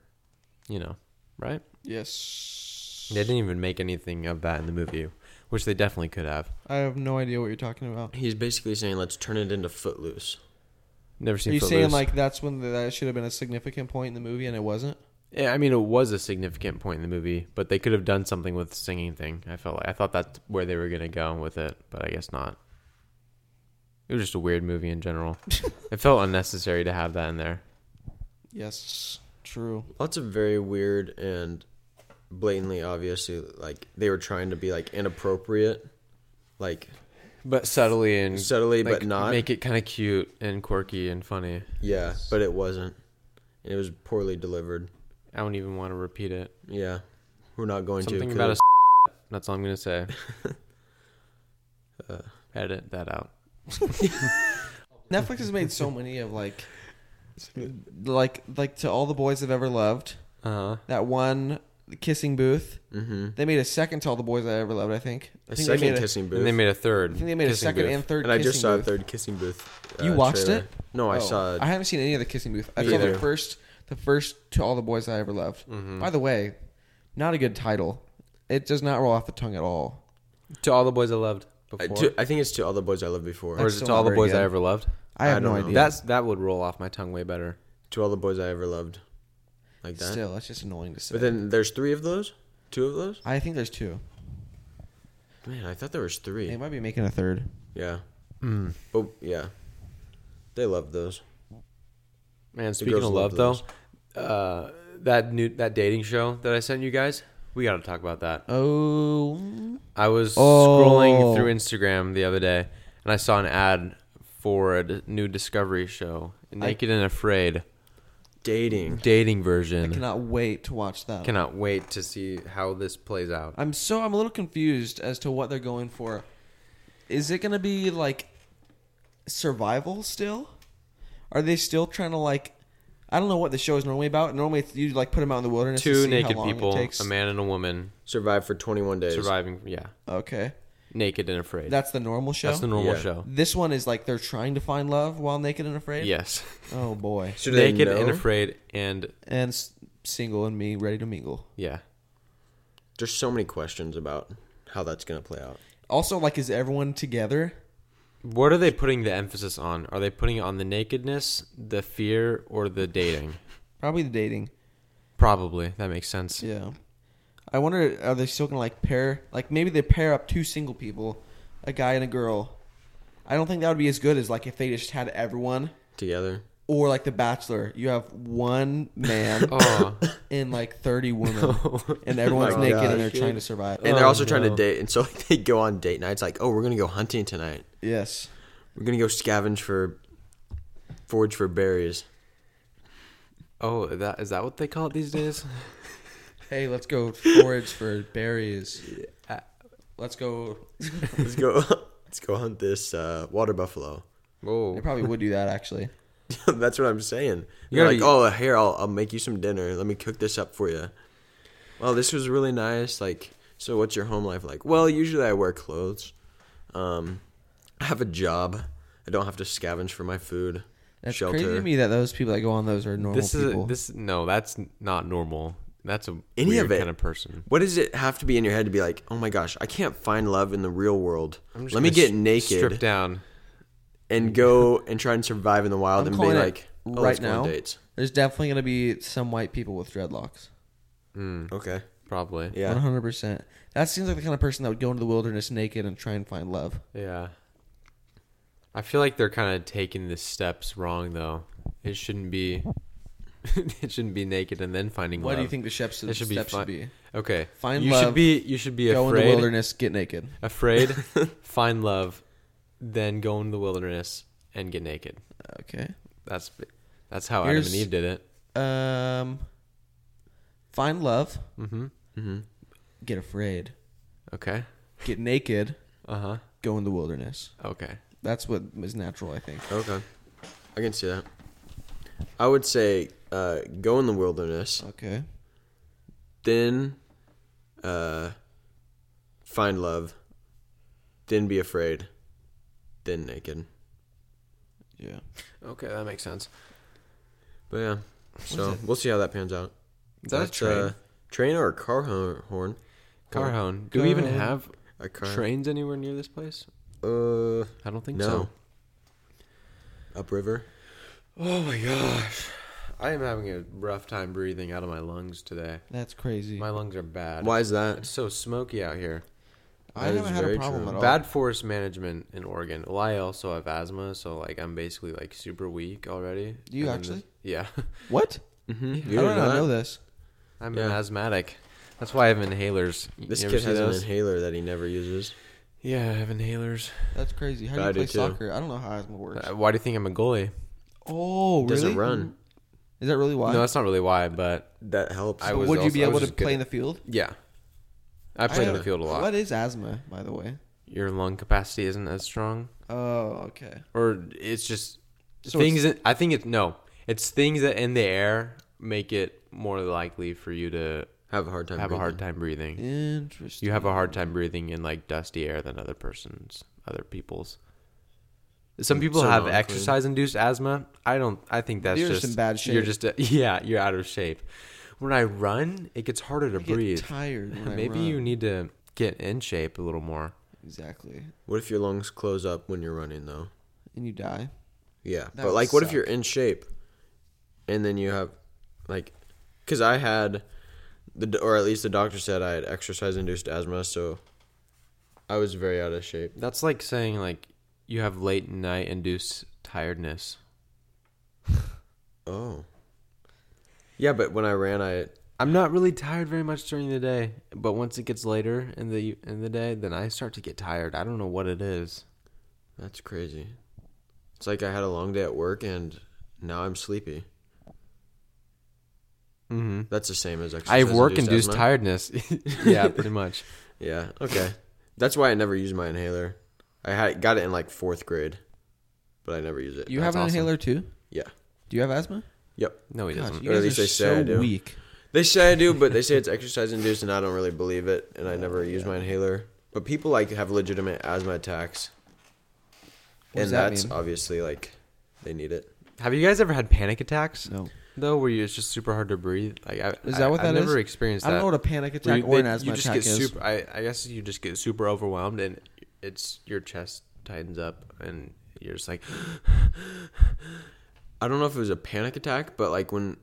B: You know, right?
A: Yes.
B: They didn't even make anything of that in the movie, which they definitely could have.
A: I have no idea what you're talking about.
C: He's basically saying, let's turn it into Footloose.
B: Never
A: Are
B: seen.
A: you saying
B: Footloose.
A: like that's when the, that should have been a significant point in the movie and it wasn't?
B: Yeah, I mean, it was a significant point in the movie, but they could have done something with the singing thing. I felt like I thought that's where they were gonna go with it, but I guess not. It was just a weird movie in [LAUGHS] general. it felt unnecessary to have that in there.
A: Yes. True.
C: Lots of very weird and blatantly obviously like they were trying to be like inappropriate, like
B: But subtly and
C: Subtly, but not.
B: make it kind of cute and quirky and funny.
C: yeah, but it wasn't. And it was poorly delivered.
B: I don't even want to repeat it.
C: Yeah, we're not going to.
B: Something
C: 'cause
B: about a.
C: it-
B: s- [LAUGHS] That's all I'm gonna say. Uh, Edit that out.
A: Netflix has made so many of like, like like to all the boys I've ever loved.
B: Uh huh.
A: That one kissing booth.
C: Mhm.
A: They made a second to all the boys I ever loved. I think. I
C: a
A: think they
C: second
A: made
C: kissing booth.
B: And they made a third.
A: I think they made a
B: kissing
A: second
B: booth.
A: and third.
C: and I just
A: kissing
C: saw
A: booth.
C: a third kissing booth. uh,
A: You watched it?
C: No, I
A: Oh,
C: saw.
A: I haven't seen any of the kissing booth. I
C: Me
A: saw the
C: either.
A: first, the first to all the boys I ever loved.
C: Mm.
B: Mhm.
A: By the way, not a good title. It does not roll off the tongue at all.
B: To all the boys I loved
C: I,
B: before.
C: to, I think it's to all the boys I loved before.
B: or is
A: That's
B: it
A: still
B: to all
A: not
B: the
A: very
B: boys
A: good.
B: I ever loved?
A: I have
C: I
A: no
C: don't know.
A: idea.
B: That's that would roll off my tongue way better.
C: to all the boys I ever loved, like that.
A: still that's just annoying to say.
C: But then there's three of those. Two of those.
A: I think there's two.
C: Man, I thought there was three.
A: They might be making a third.
C: Yeah. But yeah, they loved those.
B: Man, speaking
C: girls
B: of
C: love
B: love though, uh, that new that dating show that I sent you guys, we got to talk about that.
A: Oh,
B: I was
A: Oh.
B: scrolling through Instagram the other day and I saw an ad for a d- new Discovery show, Naked and Afraid,
C: Dating.
B: dating version. Cannot,
A: cannot wait to watch that.
B: wait to see how this plays out.
A: I'm so I'm a little confused as to what they're going for. Is it going to be like survival still? Are they still trying to like? I don't know what the show is normally about. Normally, it's, you like put them out in the wilderness. to
B: Two
A: see
B: naked
A: how long
B: people,
A: It takes.
B: a man and a woman,
C: Survived for 21 days.
B: surviving. Yeah,
A: Okay,
B: naked and afraid.
A: that's the normal show.
B: That's the normal
C: Yeah.
B: show.
A: this one is like they're trying to find love while naked and afraid.
B: Yes.
A: Oh boy.
C: So do they
B: naked
C: know?
B: and afraid and
A: And s- single and me ready to mingle.
B: yeah.
C: There's so many questions about how that's gonna play out.
A: Also, like, is everyone together?
B: What are they putting the emphasis on? Are they putting it on the nakedness, the fear, or the dating?
A: Probably the dating.
B: Probably. That makes sense.
A: Yeah. I wonder are they still gonna like pair like maybe they pair up two single people, a guy and a girl. I don't think that would be as good as like if they just had everyone
C: Together.
A: or like The Bachelor. You have one man
B: [LAUGHS] Oh.
A: and like
B: [LAUGHS]
A: thirty women and everyone's naked
C: gosh,
A: and they're
C: dude.
A: trying to survive. Uh,
C: And they're
B: Oh,
C: also trying to
B: no.
C: date, and so like, [LAUGHS] they go on date nights. Like, oh, we're gonna go hunting tonight.
A: yes.
C: We're gonna go scavenge for, forage for berries. [LAUGHS]
B: oh, that is that what they call it these days?
A: Hey, let's go forage for berries. Uh, Let's go
C: Let's go. [LAUGHS] let's go hunt this uh, water buffalo. [LAUGHS]
B: [LAUGHS]
A: They
B: Whoa.
A: probably would do that actually.
C: That's what I'm saying.
B: You
C: You're
B: gotta
C: like,
B: be-
C: oh, here, I'll, I'll make you some dinner. Let me cook this up for you. Well, this was really nice. Like, so what's your home life like? Well, usually I wear clothes. Um, I have a job. I don't have to scavenge for my food,
A: That's
C: shelter.
A: crazy to me that those people that go on those are normal
B: This is
A: people.
B: a, this no, that's not normal. That's a
C: Any
B: weird
C: of it.
B: kind of person.
C: What does it have to be in your head to be like, oh my gosh, I can't find love in the real world.
B: I'm just
C: Let me
B: gonna
C: get
B: s- Strip
C: naked
B: down.
C: and go and try and survive in the wild
A: I'm
C: and be
A: calling it
C: like, oh,
A: right
C: let's go on
A: now.
C: dates.
A: There's definitely gonna be some white people with dreadlocks.
B: Hmm.
C: Okay.
B: Probably.
C: Yeah.
A: One hundred percent. That seems like the kind of person that would go into the wilderness naked and try and find love.
B: Yeah. I feel like they're kind of taking the steps wrong though. It shouldn't be. [LAUGHS] it shouldn't be naked and then finding.
A: What do you
B: love.
A: think the steps
B: It
A: should be steps
B: fi-
A: should be?
B: Okay.
A: Find
B: you
A: love,
B: should be you should be
A: go in the
B: afraid
A: wilderness, get naked. [LAUGHS]
B: afraid, find love, then go in the wilderness and get naked.
A: Okay.
B: That's that's how Adam
A: Here's-
B: and Eve did it.
A: Um. Find love,
B: Mm-hmm.
A: get afraid,
B: Okay.
A: get naked,
B: Uh-huh.
A: go in the wilderness.
B: Okay.
A: That's what is natural, I think.
C: Okay. I can see that. I would say uh, go in the wilderness,
A: Okay.
C: then uh, find love, then be afraid, then naked.
A: Yeah.
B: Okay, that makes sense.
C: But yeah, so we'll see how that pans out.
B: Is that a
C: But,
B: train?
C: uh, train or a car ho- horn?
B: Carhone. Do we even
A: Carhone.
B: have
C: A car.
B: trains anywhere near this place?
C: Uh,
B: I don't think
C: no.
B: so.
C: Upriver.
B: Oh my gosh. I am having a rough time breathing out of my lungs today.
A: That's crazy.
B: My lungs are bad.
C: Why is
B: It's
C: that?
B: so smoky out here.
A: I
C: That
A: haven't
C: is
A: had a
C: very
A: problem
C: true.
A: at all.
B: Bad forest management in Oregon. Well, I also have asthma, so like I'm basically like super weak already.
A: Do you
B: And then
A: actually?
B: this- yeah, [LAUGHS]
A: What?
C: Mm-hmm.
A: I did not know this.
B: I'm an
C: Yeah.
B: asthmatic. That's why I have inhalers. You
C: This
B: ever
C: kid
B: see
C: has
B: those?
C: an inhaler that he never uses.
B: Yeah, I have inhalers.
A: That's crazy. How do
C: I
A: you
C: do
A: play
C: too.
A: soccer? I don't know how asthma works.
B: Uh, why do you think I'm a goalie?
A: oh, really?
C: Doesn't run.
A: Is that really why?
B: No, that's not really why, but
C: That helps.
B: I
A: But
B: was
A: would you
B: also-
A: be
B: I
A: able
B: was
A: to
B: just good
A: play
B: at-
A: in the field?
B: yeah, I played in
A: don't-
B: the field a lot.
A: What is asthma, by the way?
B: Your lung capacity isn't as strong,
A: Oh, okay.
B: or it's just
A: So
B: things. that I think it's no. It's things that in the air make it more likely for you to
C: have a hard time.
B: have a hard
C: breathing.
B: time breathing.
A: Interesting.
B: You have a hard time breathing in like dusty air than other persons, other people's. Some people
C: So
B: have
C: not clean.
B: exercise-induced asthma. I don't. I think that's
A: You're
B: just
A: just in bad shape.
B: You're just a, [LAUGHS] yeah. You're out of shape. When I run, it gets harder to
A: I get
B: breathe. [LAUGHS]
A: tired. When
B: Maybe
A: I run.
B: you need to get in shape a little more.
A: exactly,
C: What if your lungs close up when you're running though?
A: and you die.
C: Yeah,
A: That
C: but
A: would
C: like, what if
A: suck.
C: you're in shape, and then you have, like, because I had, the d- or at least the doctor said I had exercise-induced asthma, so I was very out of shape.
B: That's like saying like you have late night induced tiredness.
C: Oh. Yeah, but when I ran, I
B: I'm not really tired very much during the day, but once it gets later in the in the day, then I start to get tired. I don't know what it is.
C: that's crazy. It's like I had a long day at work, and now I'm sleepy.
B: Mm-hmm.
C: That's the same as exercise.
B: I have work induced [LAUGHS]
C: asthma.
B: tiredness. yeah, pretty much.
C: Yeah. Okay. That's why I never use my inhaler. I had got it in like fourth grade, but I never use it.
A: You
C: That's
A: have an
C: awesome.
A: inhaler too.
C: Yeah.
A: Do you have asthma?
C: Yep.
B: No, he
A: Gosh,
B: doesn't.
A: you
C: Or at
A: guys
C: least
A: are
C: they say I
A: so
C: do.
A: weak.
C: They say I do, but they say it's exercise induced, and I don't really believe it, and I never use my inhaler. But people like have legitimate asthma attacks,
A: What does
C: and
A: that
C: that's
A: mean?
C: obviously like they need it.
B: Have you guys ever had panic attacks?
A: No.
B: Though, where you, it's just super hard to breathe. Like, I,
A: Is that what
B: I,
A: that
B: I've
A: is?
B: never experienced
A: I
B: that.
A: don't know what a panic
B: Where
A: attack
B: you-
A: or an
B: they-
A: asthma
B: you just
A: attack
B: get
A: is.
B: super. I, I guess you just get super overwhelmed, and it's your chest tightens up, and you're just like,
C: I don't know if it was a panic attack, but like when,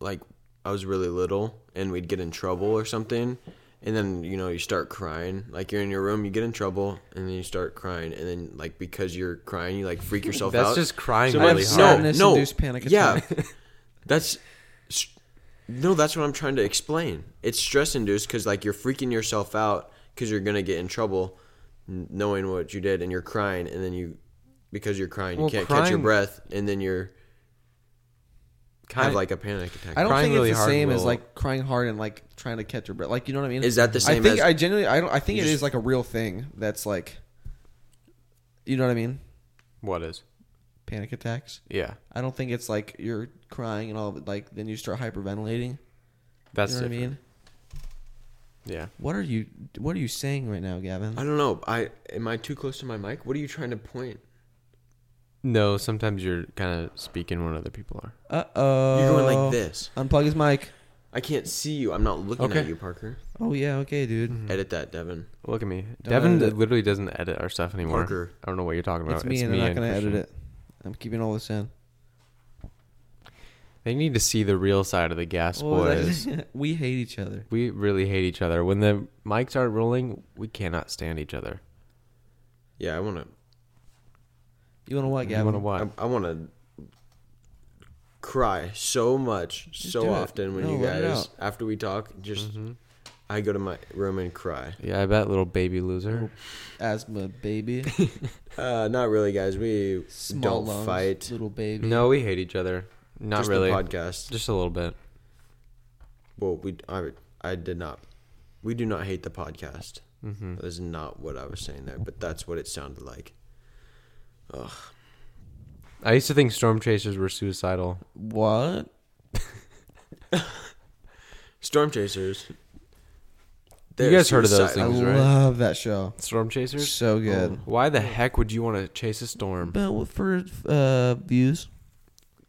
C: like I was really little, and we'd get in trouble or something, and then you know you start crying. Like you're in your room, you get in trouble, and then you start crying, and then like because you're crying, you like freak yourself
B: That's
C: out.
B: just crying
C: So
B: really
C: my-
B: hard.
A: Sadness-induced panic
C: Yeah, [LAUGHS] that's no, that's what I'm trying to explain. It's stress induced because like you're freaking yourself out because you're gonna get in trouble, n- knowing what you did, and you're crying, and then you because you're crying, you
B: Well,
C: can't catch your
B: crying-
C: breath, and then you're kind of
B: I-
C: like a panic attack.
A: I don't
B: Crying
A: think
B: really
A: it's the
B: hard
A: same as
B: will-
A: like crying hard and like trying to catch your breath. Like you know what I mean?
C: Is that the
A: I
C: same
A: think
C: as-
A: I genuinely I don't I think
C: You
A: it is
C: just-
A: like a real thing that's like you know what I mean?
B: "What is?"
A: Panic attacks.
B: Yeah,
A: I don't think it's like you're crying and all of it like then you start hyperventilating.
B: that's
A: you know what I
B: different.
A: mean?
B: Yeah,
A: What are you what are you saying right now, Gavin?
C: I don't know. I am I too close to my mic? What are you trying to point?
B: no. Sometimes you're kind of speaking when other people are.
A: Uh oh.
C: You're going like this.
A: Unplug his mic.
C: I can't see you. I'm not looking
B: Okay.
C: at you, Parker.
A: Oh yeah, okay, dude.
C: Edit that, Devin.
B: Look at me.
A: Don't
B: Devin
A: edit it.
B: literally doesn't edit our stuff anymore.
C: Parker.
B: I don't know what you're talking about.
A: uh, It's me and I'm not gonna
B: Christian.
A: edit it. I'm keeping all this in.
B: They need to see the real side of the gas
A: What was I
B: boys.
A: saying? [LAUGHS] we hate each other.
B: we really hate each other. When the mics aren't rolling, we cannot stand each other.
C: Yeah, I want to.
A: You wanna what,
B: you
A: Gavin?
B: want to watch?
C: I, I want to cry so much,
A: do
C: so
A: it.
C: often when
A: No,
C: you
A: let it out.
C: guys after we talk. Just I go to my room and cry.
B: Yeah, I bet little baby loser.
A: Asthma baby.
C: Uh, not really, guys. We don't fight.
A: little baby.
B: [LAUGHS] No, we hate each other. Not
C: Just the
B: really.
C: podcast.
B: Just a little bit.
C: Well, we I I did not. We do not hate the podcast. That is not what I was saying there, but that's what it sounded like.
B: I used to think storm chasers were suicidal.
A: What?
C: Storm Chasers.
B: You guys heard of those
A: I
B: things, right? Oh.
A: love that show.
B: Storm chasers.
A: So good.
B: Why the heck would you want to chase a storm?
A: But for uh, views,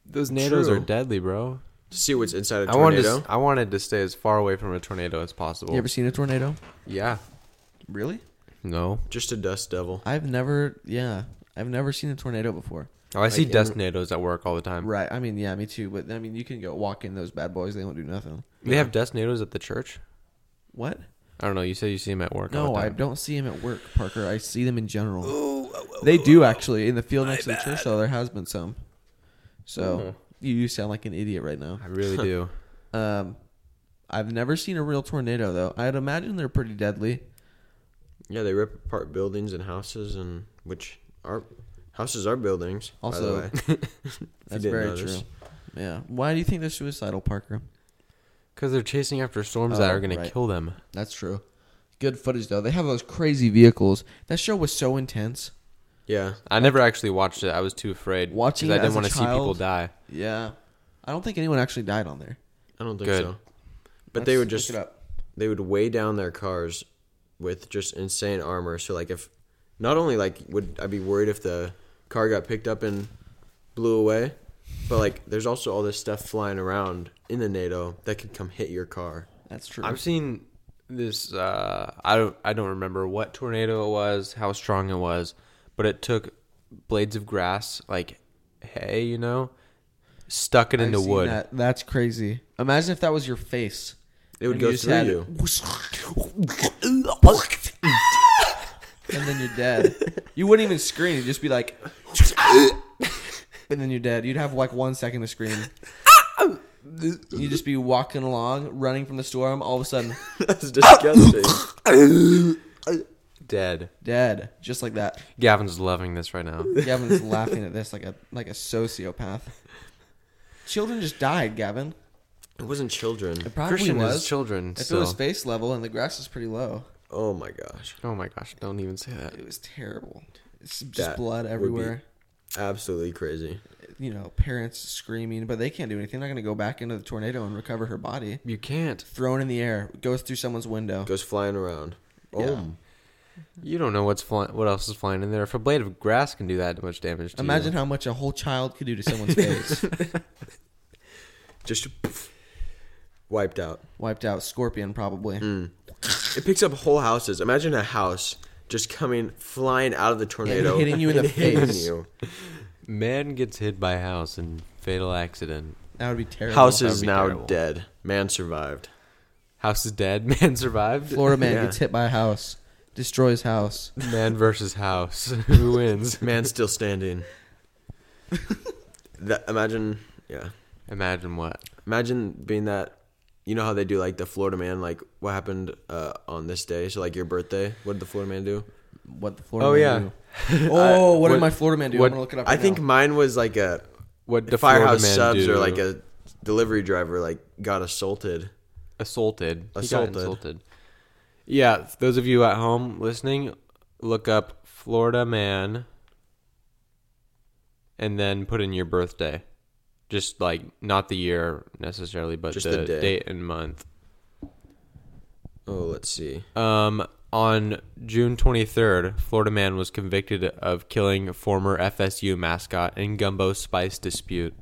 B: Those nados
C: True.
B: are deadly, bro.
C: To see what's inside a
B: I wanted
C: tornado.
B: to, I wanted to stay as far away from a tornado as possible.
A: you ever seen a tornado?
B: yeah.
A: Really?
B: No.
C: Just a dust devil.
A: I've never. Yeah, I've never seen a tornado before.
B: Oh, I see
A: in-
B: dust nados at work all the time.
A: Right. I mean, yeah, me too. But I mean, you can go walk in those bad boys; they won't do nothing.
B: They have dust nados at the church.
A: What?
B: I don't know. You say you see them at work. all
A: No,
B: the
A: I
B: time.
A: don't see them at work, Parker. I see them in general. they do actually in the field next to the church. Though there has been some. So you, you sound like an idiot right now.
B: I really do.
A: Um, I've never seen a real tornado though. I'd imagine they're pretty deadly.
C: Yeah, they rip apart buildings and houses, and which are houses are buildings.
A: Also,
C: by the way. [LAUGHS]
A: That's
C: didn't
A: very
C: notice.
A: true. Yeah. Why do you think they're suicidal, Parker?
B: Because they're chasing after storms that
A: Oh,
B: are going
A: right.
B: to kill them.
A: That's true. Good footage though. They have those crazy vehicles. That show was so intense.
C: yeah,
B: I never actually watched it. I was too afraid. 'cause
A: Watching
B: I
A: it as
B: didn't
A: a
B: want to see people
A: child-
B: die.
A: Yeah. I don't think anyone actually died on there.
C: I don't think
B: Good.
C: so. But they
A: Let's
C: would
A: look
C: just
A: it up.
C: they would weigh down their cars with just insane armor. So like if not only like would I be worried if the car got picked up and blew away, but like there's also all this stuff flying around in the NATO that could come hit your car. [LAUGHS]
A: That's true.
B: I've seen this. Uh, I don't. I don't remember what tornado it was, how strong it was, but it took blades of grass, like hay, you know, stuck it
A: I've
B: into
A: seen
B: wood.
A: that. That's crazy. Imagine if that was your face.
C: It would
A: And
C: go
A: just
C: through
A: had-
C: you.
A: [LAUGHS] and then you're dead. You wouldn't even scream. You'd just be like, [LAUGHS] and then you're dead. You'd have like one second to scream. You'd just be walking along, running from the storm. All of a sudden, [COUGHS]
C: That's disgusting.
B: Dead.
A: dead, just like that.
B: Gavin's loving this right now.
A: Gavin's laughing at this like a like a sociopath. Children just died, Gavin.
C: it wasn't children.
A: It [LAUGHS] probably
B: Christian
A: was.
B: has children.
A: If
B: still.
A: it was face level and the grass is pretty low,
C: Oh my gosh.
B: oh my gosh! Don't even say that.
A: it was terrible. It's just
C: That
A: blood
C: would be-
A: everywhere.
C: Absolutely crazy.
A: you know, parents screaming, but they can't do anything. They're not going to go back into the tornado and recover her body.
B: You can't.
A: Thrown in the air, goes through someone's window.
C: Goes flying around.
A: Yeah.
C: Oh,
B: You don't know what's flying. What else is flying in there? If a blade of grass can do that much damage, to
A: Imagine
B: you.
A: how much a whole child could do to
C: [LAUGHS]
A: someone's face.
C: just wiped out.
A: Wiped out. Scorpion, probably.
C: Mm. It picks up whole houses. Imagine a house just coming flying out of the tornado,
A: And hitting you in the
C: and hitting
A: face.
C: you.
B: man gets hit by house in fatal accident.
A: That would be terrible.
C: House
B: That would
C: is
B: be
C: now
B: terrible.
C: dead. Man survived.
B: House is dead. [LAUGHS] Man survived.
A: Florida man
C: [LAUGHS] Yeah.
A: gets hit by a house, destroys house.
B: Man versus house. [LAUGHS] Who wins?
C: Man
A: [LAUGHS]
C: still standing. that, imagine, yeah.
B: Imagine what?
C: Imagine being that. You know how they do like the Florida man, like what happened uh, on this day. So like your birthday, what did the Florida man do?
A: What the Florida
B: Oh,
A: man
B: yeah.
A: [LAUGHS] do? Oh, what,
B: what-
A: did my Florida man do?
B: what-
A: I'm going to look it up
C: I
A: right
C: think
A: now.
C: mine was like a
B: What the Florida
C: firehouse
B: man
C: subs
B: do?
C: or like a delivery driver like got assaulted.
B: assaulted. He got
C: Assaulted.
B: insulted. Yeah, those of you at home listening, look up Florida man, and then put in your birthday. Just like not the year necessarily, but
C: Just
B: the,
C: the day.
B: date and month.
C: Oh, let's see.
B: Um, on June 23rd, Florida man was convicted of killing former FSU mascot in gumbo spice dispute.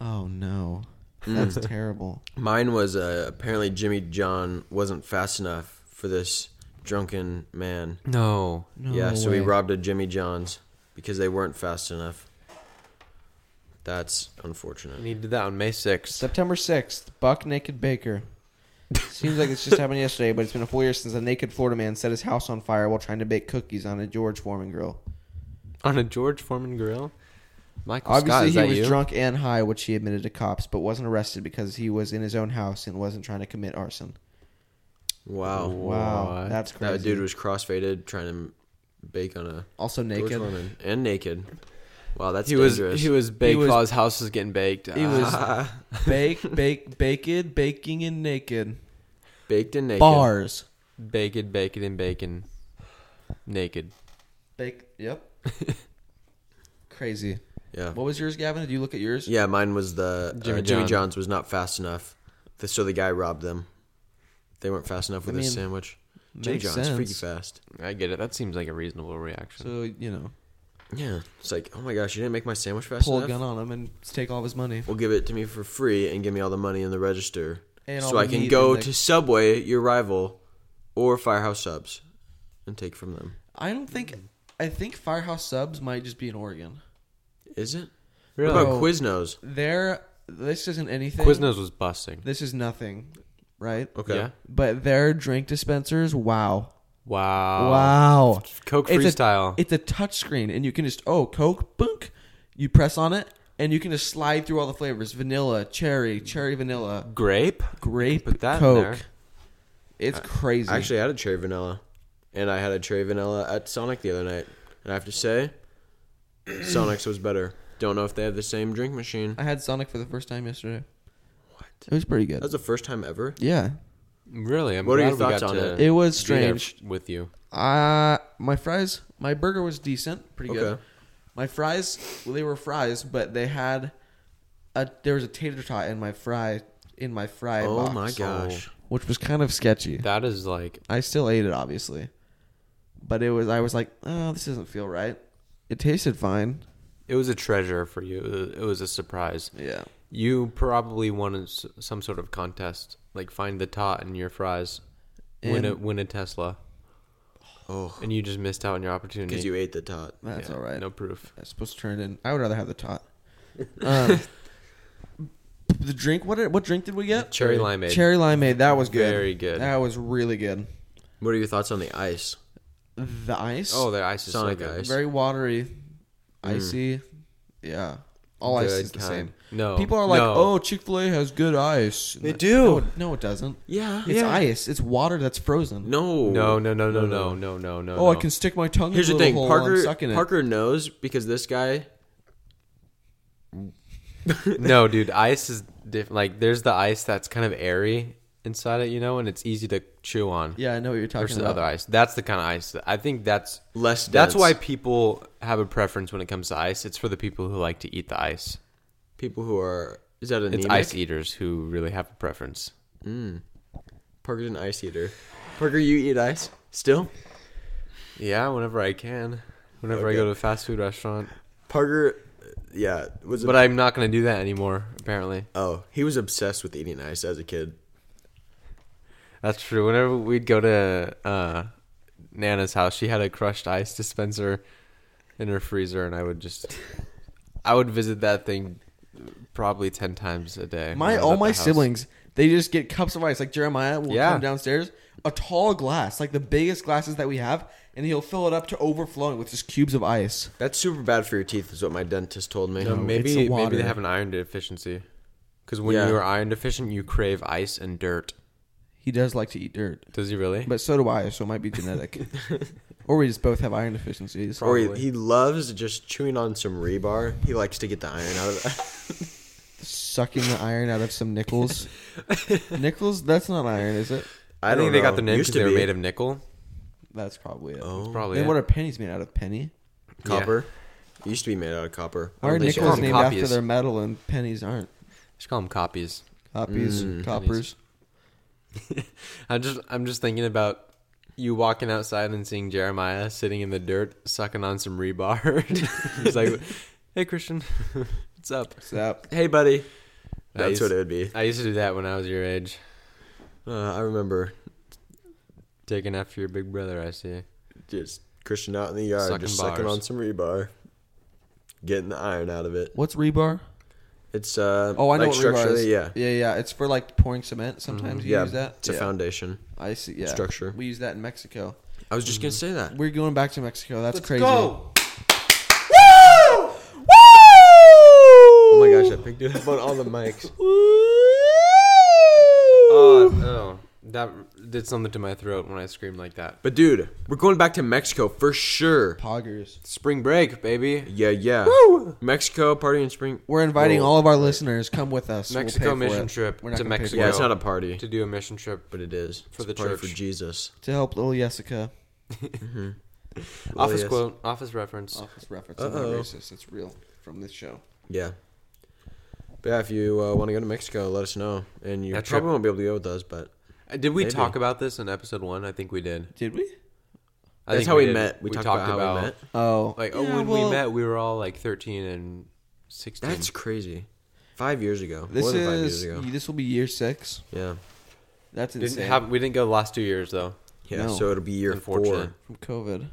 A: Oh, no. That's terrible.
C: Mine was uh, apparently Jimmy John wasn't fast enough for this drunken man.
B: No,
A: No
C: yeah, so he
A: way.
C: robbed a Jimmy John's because they weren't fast enough. That's unfortunate.
B: and he did that on May 6th.
A: September 6th, Buck Naked Baker. Seems like it's just happened yesterday, but it's been a full year since a naked Florida man set his house on fire while trying to bake cookies on a George Foreman grill.
B: On a George Foreman grill? Michael Scott,
A: Obviously,
B: is that
A: he was
B: you?
A: drunk and high, which he admitted to cops, but wasn't arrested because he was in his own house and wasn't trying to commit arson.
C: Wow.
A: Wow,
B: What?
A: that's crazy.
C: Oh, That dude was crossfaded trying to bake on a
A: also
C: George
A: naked.
C: Foreman. and naked. Wow, that's
B: He was
C: dangerous.
B: he was baked
A: He was-
B: while his house was getting baked.
A: He was bake, bake, baked, baking and naked.
C: baked and naked.
A: Bars.
B: baked, baked, and bacon, naked.
A: Bake. Yep. crazy.
C: Yeah.
A: What was yours, Gavin? Did you look at yours?
C: Yeah, mine was the uh,
B: Jimmy
C: Jimmy,
B: John.
C: John's was not fast enough The, so the guy robbed them. They weren't fast enough with
A: I
C: his
A: mean,
C: sandwich. Jimmy
A: makes
C: John's freaky
A: sense.
C: fast.
B: I get it. That seems like a reasonable reaction.
A: So you know,
C: Yeah, it's like, oh my gosh, you didn't make my sandwich fast
A: pull a
C: enough.
A: gun on him and take all of his money.
C: Well, give it to me for free and give me all the money in the register,
A: And all
C: so
A: the
C: I can
A: meat
C: go
A: and the-
C: to Subway, your rival, or Firehouse Subs, and take from them.
A: I don't think. I think Firehouse Subs might just be in Oregon.
C: Is it?
B: Really?
C: What
A: No.
C: about Quiznos?
A: There, this isn't anything.
B: Quiznos was busting.
A: This is nothing, right?
C: Okay.
B: Yeah.
A: But their drink dispensers, wow,
B: Wow.
A: wow,
B: Coke
A: It's a-
B: Ah. freestyle.
A: It's a touch screen, and you can just oh Coke, boonk. You press on it, and you can just slide through all the flavors: vanilla, cherry, cherry vanilla,
B: Grape.
A: grape,
B: Put that in
A: Coke.
B: there.
A: It's crazy.
C: I actually had a cherry vanilla, and I had a cherry vanilla at Sonic the other night, and I have to say, [CLEARS THROAT] Sonic's was better. Don't know if they have the same drink machine.
A: I had Sonic for the first time yesterday. What? It was pretty good.
C: That's the first time ever.
A: yeah,
B: Really? I'm
C: What are
B: glad
C: your
B: we
C: thoughts
B: got
C: on
B: to
C: it?
A: it was
B: be there
A: strange.
B: with you.
A: Uh my fries, my burger was decent, pretty good.
C: Okay.
A: My fries, well, they were fries, but they had a there was a tater tot in my fry in my fry
C: Oh
A: box,
C: my gosh.
A: which was kind of sketchy.
B: That is like
A: I still ate it, obviously, but it was I was like, oh, this doesn't feel right. It tasted fine.
B: it was a treasure for you. It was- It was a surprise.
A: Yeah,
B: You probably won in s- some sort of contest, like find the tot in your fries, win a
A: And-
B: win a Tesla,
C: Oh,
B: and you just missed out on your opportunity.
C: because you ate the tot.
A: that's
B: Yeah,
A: all right.
B: No proof.
A: I'm supposed to turn it in. I would rather have the tot. Um, [LAUGHS] the drink. What? What drink did we get?
B: Cherry limeade.
A: Cherry limeade. That was good.
B: Very good.
A: That was really good.
C: What are your thoughts on the ice?
A: The ice.
B: Oh, Mm. their ice is
C: Sonic
B: so good.
C: ice.
A: very watery, icy. Yeah, all ice
B: Good
A: is the
B: kind.
A: same.
B: No.
A: people are like,
B: No.
A: "Oh, Chick Fil A has good ice."
C: They
A: No,
C: do.
A: No, it doesn't.
C: Yeah.
A: It's ice. It's water that's frozen.
C: No.
B: No, no, no, no, no, no, no, no.
A: oh, I
B: no.
A: can stick my tongue.
C: Here's
A: in
C: the
A: a little hole
C: thing,
A: while I'm
C: Parker.
A: sucking it.
C: Parker knows because this guy.
B: no, dude, ice is different. Like, there's the ice that's kind of airy inside it, you know, and it's easy to chew on.
A: Yeah, I know what you're talking
B: Versus the
A: about.
B: other ice. That's the kind of ice. That I think that's
C: Less
B: uh, That's
C: dense.
B: why people have a preference when it comes to ice. It's for the people who like to eat the ice.
C: People who are is that anemic?
B: It's ice eaters who really have a preference.
C: Parker's an ice eater. Parker, you eat ice still?
B: Yeah, whenever I can, whenever I
C: Okay.
B: go to a fast food restaurant.
C: Parker, yeah, was
B: But I'm not gonna do that anymore. Apparently,
C: oh he was obsessed with eating ice as a kid.
B: that's true. Whenever we'd go to uh, Nana's house, she had a crushed ice dispenser in her freezer, and I would just, I would visit that thing probably ten times a day. when I
A: My
B: was
A: all
B: at the
A: my
B: house.
A: siblings, they just get cups of ice. Like Jeremiah will
B: Yeah.
A: come downstairs, a tall glass, like the biggest glasses that we have, and he'll fill it up to overflowing with just cubes of ice.
C: That's super bad for your teeth, is what my dentist told me.
B: No,
A: it's the
B: maybe maybe
A: water.
B: they have an iron deficiency. Because when
C: Yeah.
B: you are iron deficient, you crave ice and dirt.
A: He does like to eat dirt,
B: Does he really?
A: but so do I. So it might
B: [LAUGHS]
A: be genetic, or we just both have iron deficiencies.
C: Or he,
B: Probably.
C: he loves just chewing on some rebar. He likes to get the iron out of that.
A: sucking the iron out of some
B: [LAUGHS]
A: nickels. nickels? That's not iron, is it?
C: [LAUGHS]
B: I, think they got the name
C: Used
B: because
C: to
B: they were
C: be.
B: made of nickel.
A: That's probably it.
C: Oh.
B: Probably.
A: Then
B: it.
A: what are pennies made out of? Penny?
C: copper. It used to be made out of copper. I
A: Why are
C: don't think
B: Oh, should
A: nickels
B: call them
A: named after
B: copies.
A: their metal and pennies aren't?
B: Just call them copies. Mm,
A: Copies, coppers.
B: I just I'm just thinking about you walking outside and seeing Jeremiah sitting in the dirt sucking on some rebar. [LAUGHS] He's like, "Hey Christian, [LAUGHS] what's up?"
A: So
C: Hey, buddy.
B: I
C: That's
B: used-
C: what it would be.
B: I used to do that when I was your age,
C: Uh, I remember
B: taking after your big brother. I see.
C: just Christian out in the yard,
B: Sucking
C: just sucking
B: bars.
C: on some rebar, getting the iron out of it.
A: what's rebar?
C: It's uh,
A: Oh, I know what rebar
C: like
A: is.
C: structurally, yeah, Mm-hmm.
A: yeah, yeah. It's for like pouring cement. Sometimes you
C: yeah.
A: use that.
C: It's a
A: Yeah.
C: foundation.
A: I see. Yeah,
C: structure.
A: We use that in Mexico.
C: I was just gonna say that.
A: We're going back to Mexico. That's crazy.
C: Oh my gosh, I picked it up on all the mics.
B: Oh, oh, that did something to my throat when I screamed like that.
C: But dude, we're going back to Mexico for sure.
A: Poggers.
B: Spring break, baby.
C: Yeah, yeah. Mexico party in spring.
A: We're inviting
C: Whoa.
A: all of our listeners. Come with us. We'll
B: Mexico
A: pay for
B: mission
A: it.
B: trip
A: We're not
B: to
A: gonna pay
B: Mexico.
A: for
C: Yeah, it's
A: it.
C: not a party,
B: To do a mission trip
C: but it is
B: For
C: It's
B: the
C: a party for
B: church.
C: Jesus.
A: to help little Jessica.
B: office
C: yes.
B: quote,
A: Oh,
B: office reference.
A: office reference. I'm not
C: Uh-oh.
A: racist. It's real from this show.
C: Yeah. But yeah, if you uh, want to go to Mexico, let us know. And you
B: Yeah,
C: probably
B: trip.
C: won't be able to go with us, but
B: Uh, Did we
C: Oh, Maybe.
B: talk about this in episode one? I think we did.
A: Did we?
B: I
C: that's
B: think
C: how we,
B: did.
C: met. We, talked, about, how we met.
A: Oh,
B: Like,
A: Yeah,
B: oh, when
A: well,
B: we met, we were all like 13 and 16.
C: That's crazy. Five years ago.
A: This
C: More than five
A: is
C: years ago.
A: this will be year six.
C: Yeah.
A: That's
B: didn't
A: insane.
B: have, we didn't go the last two years, though.
C: Yeah.
A: No.
C: So it'll be year
B: Unfortunate.
A: from
C: four
A: COVID.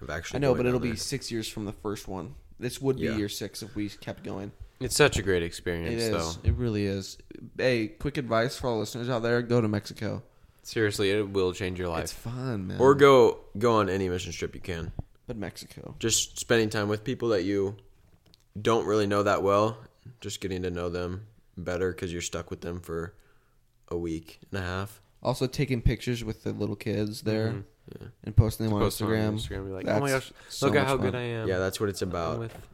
C: of actually.
A: I know,
C: going
A: but it'll
C: down
A: be
C: there.
A: six years from the first one. This would be
C: Yeah.
A: year six if we kept going.
B: It's such a great
A: It
B: experience,
A: is.
B: though.
A: It really is. Hey, quick advice for all listeners out there: go to Mexico.
B: Seriously, it will change your
A: It's
B: life.
A: fun, man.
C: Or go go on any mission trip you can.
A: but Mexico.
C: Just spending time with people that you don't really know that well. Just getting to know them better because you're stuck with them for a week and a half.
A: Also, taking pictures with the little kids there and posting them on,
B: Mm-hmm. Post
A: Instagram.
B: on Instagram, be like, oh my
A: That's
B: gosh,
A: so
B: look at
A: much
B: how good
A: fun.
B: I am.
C: Yeah, that's what it's
B: I'm
C: about.
B: with.
C: that's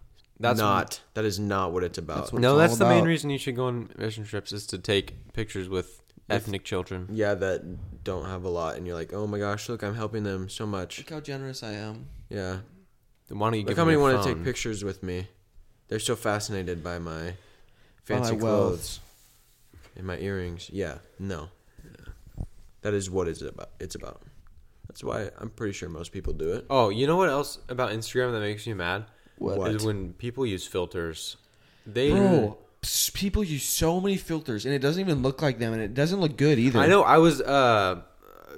B: That's
C: not. That is not what it's about.
A: That's what-
B: No,
A: it's all
B: that's the main
A: about.
B: reason you should go on mission trips is to take pictures with ethnic children.
C: yeah, that don't have a lot, and you're like, oh my gosh, look, I'm helping them so much.
A: Look how generous I am.
C: Yeah,
B: Why don't you
C: look
B: give
C: how
B: them
C: many
B: your
C: want to take
B: phone?
C: pictures with me. They're so fascinated by my fancy
A: wealth.
C: clothes and my earrings. Yeah, no, Yeah. that is what it's about. It's about. That's why I'm pretty sure most people do it.
B: Oh, you know what else about Instagram that makes you mad?
A: What?
B: is when people use filters? They
A: Bro, psst, people use so many filters, and it doesn't even look like them, and it doesn't look good either.
B: I know. I was uh,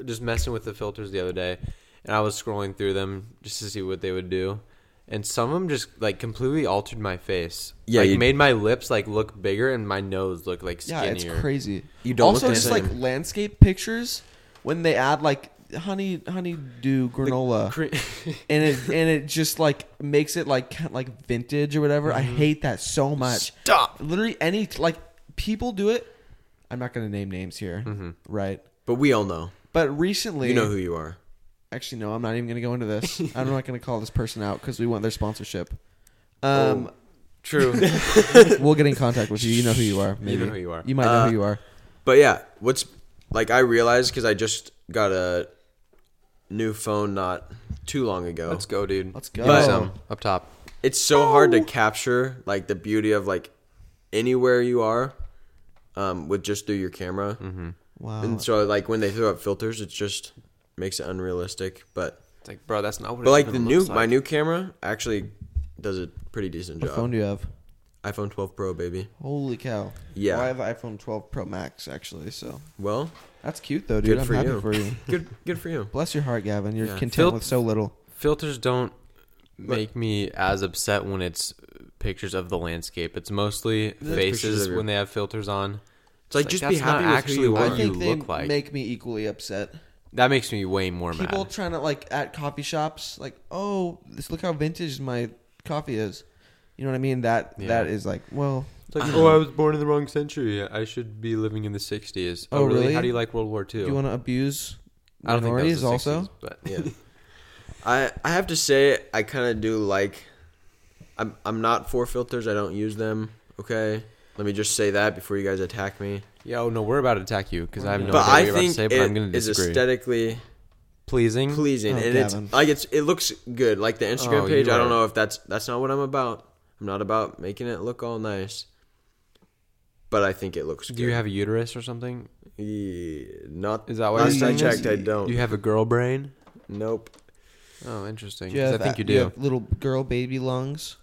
B: just messing with the filters the other day, and I was scrolling through them just to see what they would do, and some of them just like completely altered my face.
C: Yeah,
B: like
C: you-
B: made my lips like look bigger and my nose look like
A: Yeah,
B: skinnier.
A: it's crazy.
C: You don't
A: also
C: look the
A: just
C: same.
A: like landscape pictures when they add like honey honey dew
B: [LAUGHS]
A: granola
C: [LAUGHS]
B: Cre-
A: and it and it just like makes it like kind of like vintage or whatever. I hate that so much.
C: Stop.
A: Literally any like people do it. I'm not gonna name names here, right?
C: But we all know.
A: But recently,
C: You know who you are.
A: actually no, I'm not even gonna go into [LAUGHS] this. I'm not gonna call this person out because we want their sponsorship. Um,
B: True.
A: we'll get in contact with you. You know who [LAUGHS] you are. Uh, Maybe.
B: who you are.
A: You might know who you are.
C: But yeah, what's like I realized because I just got a new phone not too long ago.
B: Let's go, dude.
A: Let's go.
B: Give me
C: But-
B: some up top.
C: it's so hard to capture like the beauty of like anywhere you are um with just through your camera mm-hmm.
A: Wow.
B: Oh.
C: and so like when they throw up filters it just makes it unrealistic but
B: It's like, bro, that's not what.
C: but
B: it
C: like the
B: even
C: new
B: looks
C: my new camera actually does a pretty decent
A: what
C: job
A: phone do you have?
C: iphone 12 pro baby
A: Holy cow!
C: Yeah.
A: Well, I have an iPhone 12 Pro Max actually. So
B: [LAUGHS]
C: well
A: that's cute though, dude.
C: Good
A: I'm
C: for
A: happy
C: you.
A: for [LAUGHS] you.
C: good good for you
A: Bless your heart, Gavin. You're
C: Yeah.
A: content
B: Phil-
A: with so little.
B: filters don't make me as upset when it's pictures of the landscape. It's mostly
C: pictures
B: faces
C: of your-
B: when they have filters on.
C: it's like, just be
B: that's not
C: happy with
B: actually
C: who you
B: what
C: are.
A: I think
B: you
A: they
B: look like.
A: make me equally upset.
B: That makes me way more
A: People
B: mad.
A: trying to like at coffee shops, like, oh, this look how vintage my coffee is. You know what I mean? That
B: Yeah.
A: that is like, well,
B: It's [LAUGHS] like, oh, I was born in the wrong century. I should be living in the '60s.
A: Oh,
B: Oh, really?
A: really?
B: How do you like World War II?
A: do you want to abuse
B: I don't think that was
A: minorities
B: the
A: also?
B: 60s, but
C: yeah i i have to say i kind of do like i'm i'm not for filters i don't use them okay let me just say that before you guys attack me
B: yeah, oh no, we're about to attack you because I have no
C: but
B: idea
C: I
B: what you're about to
C: think
B: say.
C: it
B: But
C: is
B: I'm going to disagree.
C: aesthetically
B: Pleasing.
C: pleasing,
A: Oh,
C: and it's
A: Gavin.
C: like it's it looks good. Like the Instagram
B: Mm-hmm. Oh,
C: page,
B: you
C: I don't
B: are-
C: know if that's that's not what I'm about. I'm not about making it look all nice, but I think it looks. good.
B: Do you have a uterus or something?
C: Yeah, not?
B: Is that why
C: last
B: you're
C: I
B: saying this?
C: checked? I don't.
B: You have a girl brain?
C: nope.
B: Oh, interesting.
A: Do you
B: 'cause
A: have
B: I think
A: a-
B: you do.
A: have little girl
B: [LAUGHS]
A: baby lungs.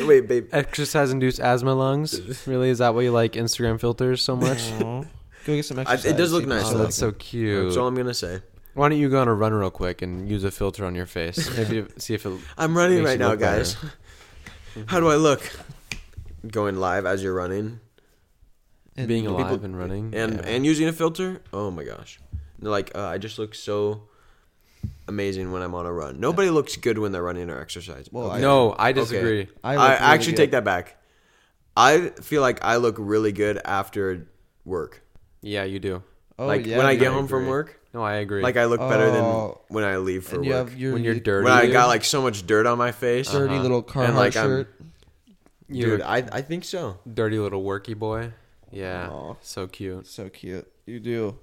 C: Wait, babe.
B: Exercise induced asthma lungs. Really, is that why you like Instagram filters so much?
A: [LAUGHS] Aw. Go get some
C: I- it
A: exercise.
C: does look
A: see if
C: nice,
A: you
B: Oh,
C: though.
A: like
B: that's so cute.
C: That's all I'm gonna say.
B: Why don't you go on a run real quick and use a filter on your face? Maybe if- see if it.
C: I'm running
B: Makes
C: right
B: you
C: now,
B: look better.
C: guys. [LAUGHS] How do I look? Going live as you're running
A: it.
B: being
A: And-
B: alive
C: people-
B: and running
C: and
B: yeah.
C: and using a filter. Oh my gosh! They're like, uh, I just look so amazing when I'm on a run. Nobody looks good when they're running or exercising.
A: Well, I-
B: no, I
C: Okay.
B: disagree.
A: I
C: I,
A: look really
C: actually
A: good.
C: take that back. I feel like I look really good after work.
B: Yeah, you do.
A: Oh,
C: like
A: yeah,
C: when I
A: dude.
C: get
B: I
C: home from
B: agree.
C: work,
B: No, I agree.
C: like I look better
A: Oh.
C: than when I leave for
A: and you
C: work.
A: have your
B: When you're
A: li-
B: dirty.
C: when I
B: dude.
C: got like so much dirt on my face,
A: dirty
B: Uh-huh.
A: little Carhartt
C: And, like, I'm-
A: shirt.
B: you
C: dude,
B: look
C: I I think so.
B: dirty little worky boy. Yeah,
A: Aw.
B: so cute.
A: So cute. You do.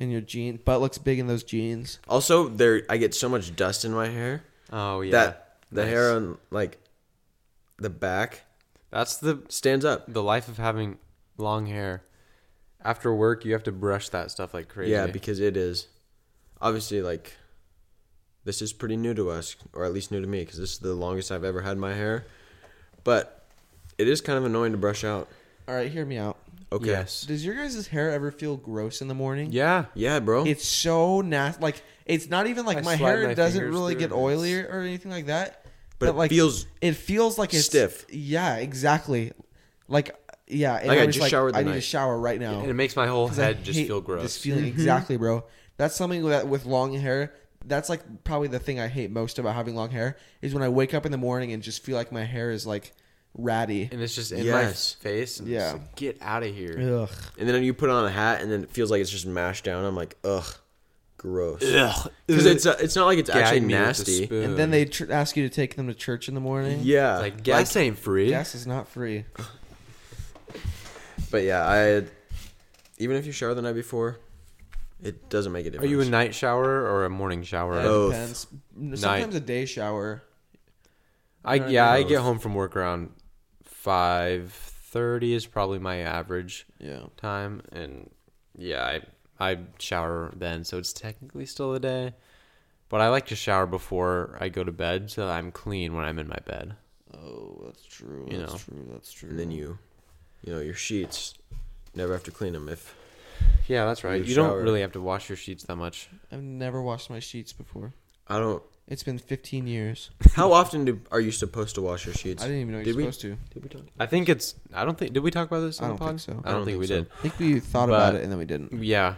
A: And your jeans. Butt looks big in those jeans.
C: Also, there I get so much dust in my hair
B: Oh yeah,
C: that the
B: Nice.
C: hair on like the back
B: That's the
C: Stands up.
B: the life of having long hair. After work, you have to brush that stuff like crazy.
C: Yeah, because it is obviously like this is pretty new to us, or at least new to me, because this is the longest I've ever had my hair. But it is kind of annoying to brush out.
A: All right, hear me out.
C: Okay.
B: Yes.
A: Does your guys' hair ever feel gross in the morning?
B: Yeah.
C: Yeah, bro.
A: It's so nasty. Like it's not even like
B: I
A: my
B: slide
A: hair
B: my
A: doesn't
B: fingers
A: really
B: through
A: get
B: it.
A: oily or, or anything like that.
C: But it
A: like
C: feels
A: it feels like it's
C: stiff.
A: Yeah, exactly. Like yeah, and
C: Like I
A: I'm
C: just showered the
A: I need to
C: night.
A: shower right now.
B: And it makes my whole
A: 'Cause I
B: head just
A: hate
B: feel gross. Mm-hmm.
A: This feeling exactly, bro. That's something that with long hair. That's like probably the thing I hate most about having long hair is when I wake up in the morning and just feel like my hair is like ratty.
B: and it's just in
C: Yes.
B: my face. And
A: Yeah.
B: yeah. Get out of here.
A: Ugh.
C: and then you put on a hat, and then it feels like it's just mashed down. I'm like, ugh, gross.
B: Ugg.
C: Because it's uh, it's not like it's
B: Gag
C: actually
B: me with a
C: nasty.
B: spoon.
A: And then they tr- ask you to take them to church in the morning.
C: Yeah,
B: like gas ain't free.
A: Gas is not free.
C: But yeah, I even if you shower the night before, it doesn't make a
B: Are
C: difference.
B: you a night shower or a morning shower?
A: That
C: Oh. Both.
A: depends. Sometimes a day shower.
B: I
A: No,
B: yeah, I
C: both.
B: get home from work around five thirty is probably my average
A: Yeah.
B: time, and yeah, I I shower then, so it's technically still a day. But I like to shower before I go to bed, so that I'm clean when I'm in my bed.
A: Oh, that's true.
B: You
A: that's
B: know.
A: true. That's true.
C: and then you, you know, your sheets never have to clean them if
B: Yeah, that's right.
C: You
B: You, don't
C: shower.
B: really have to wash your sheets that much.
A: I've never washed my sheets before.
C: I don't.
A: It's been 15 years.
C: How often do are you supposed to wash your sheets?
A: I didn't even know
C: Did
A: you're
C: we-
A: supposed to.
C: Did we talk?
B: I think it's. I don't think. Did we talk about this? In
A: I
B: the
A: don't
B: pod?
A: think so.
B: I don't, think, we
C: so.
B: did.
A: I think we thought
B: But-
A: about it and then we didn't.
B: Yeah,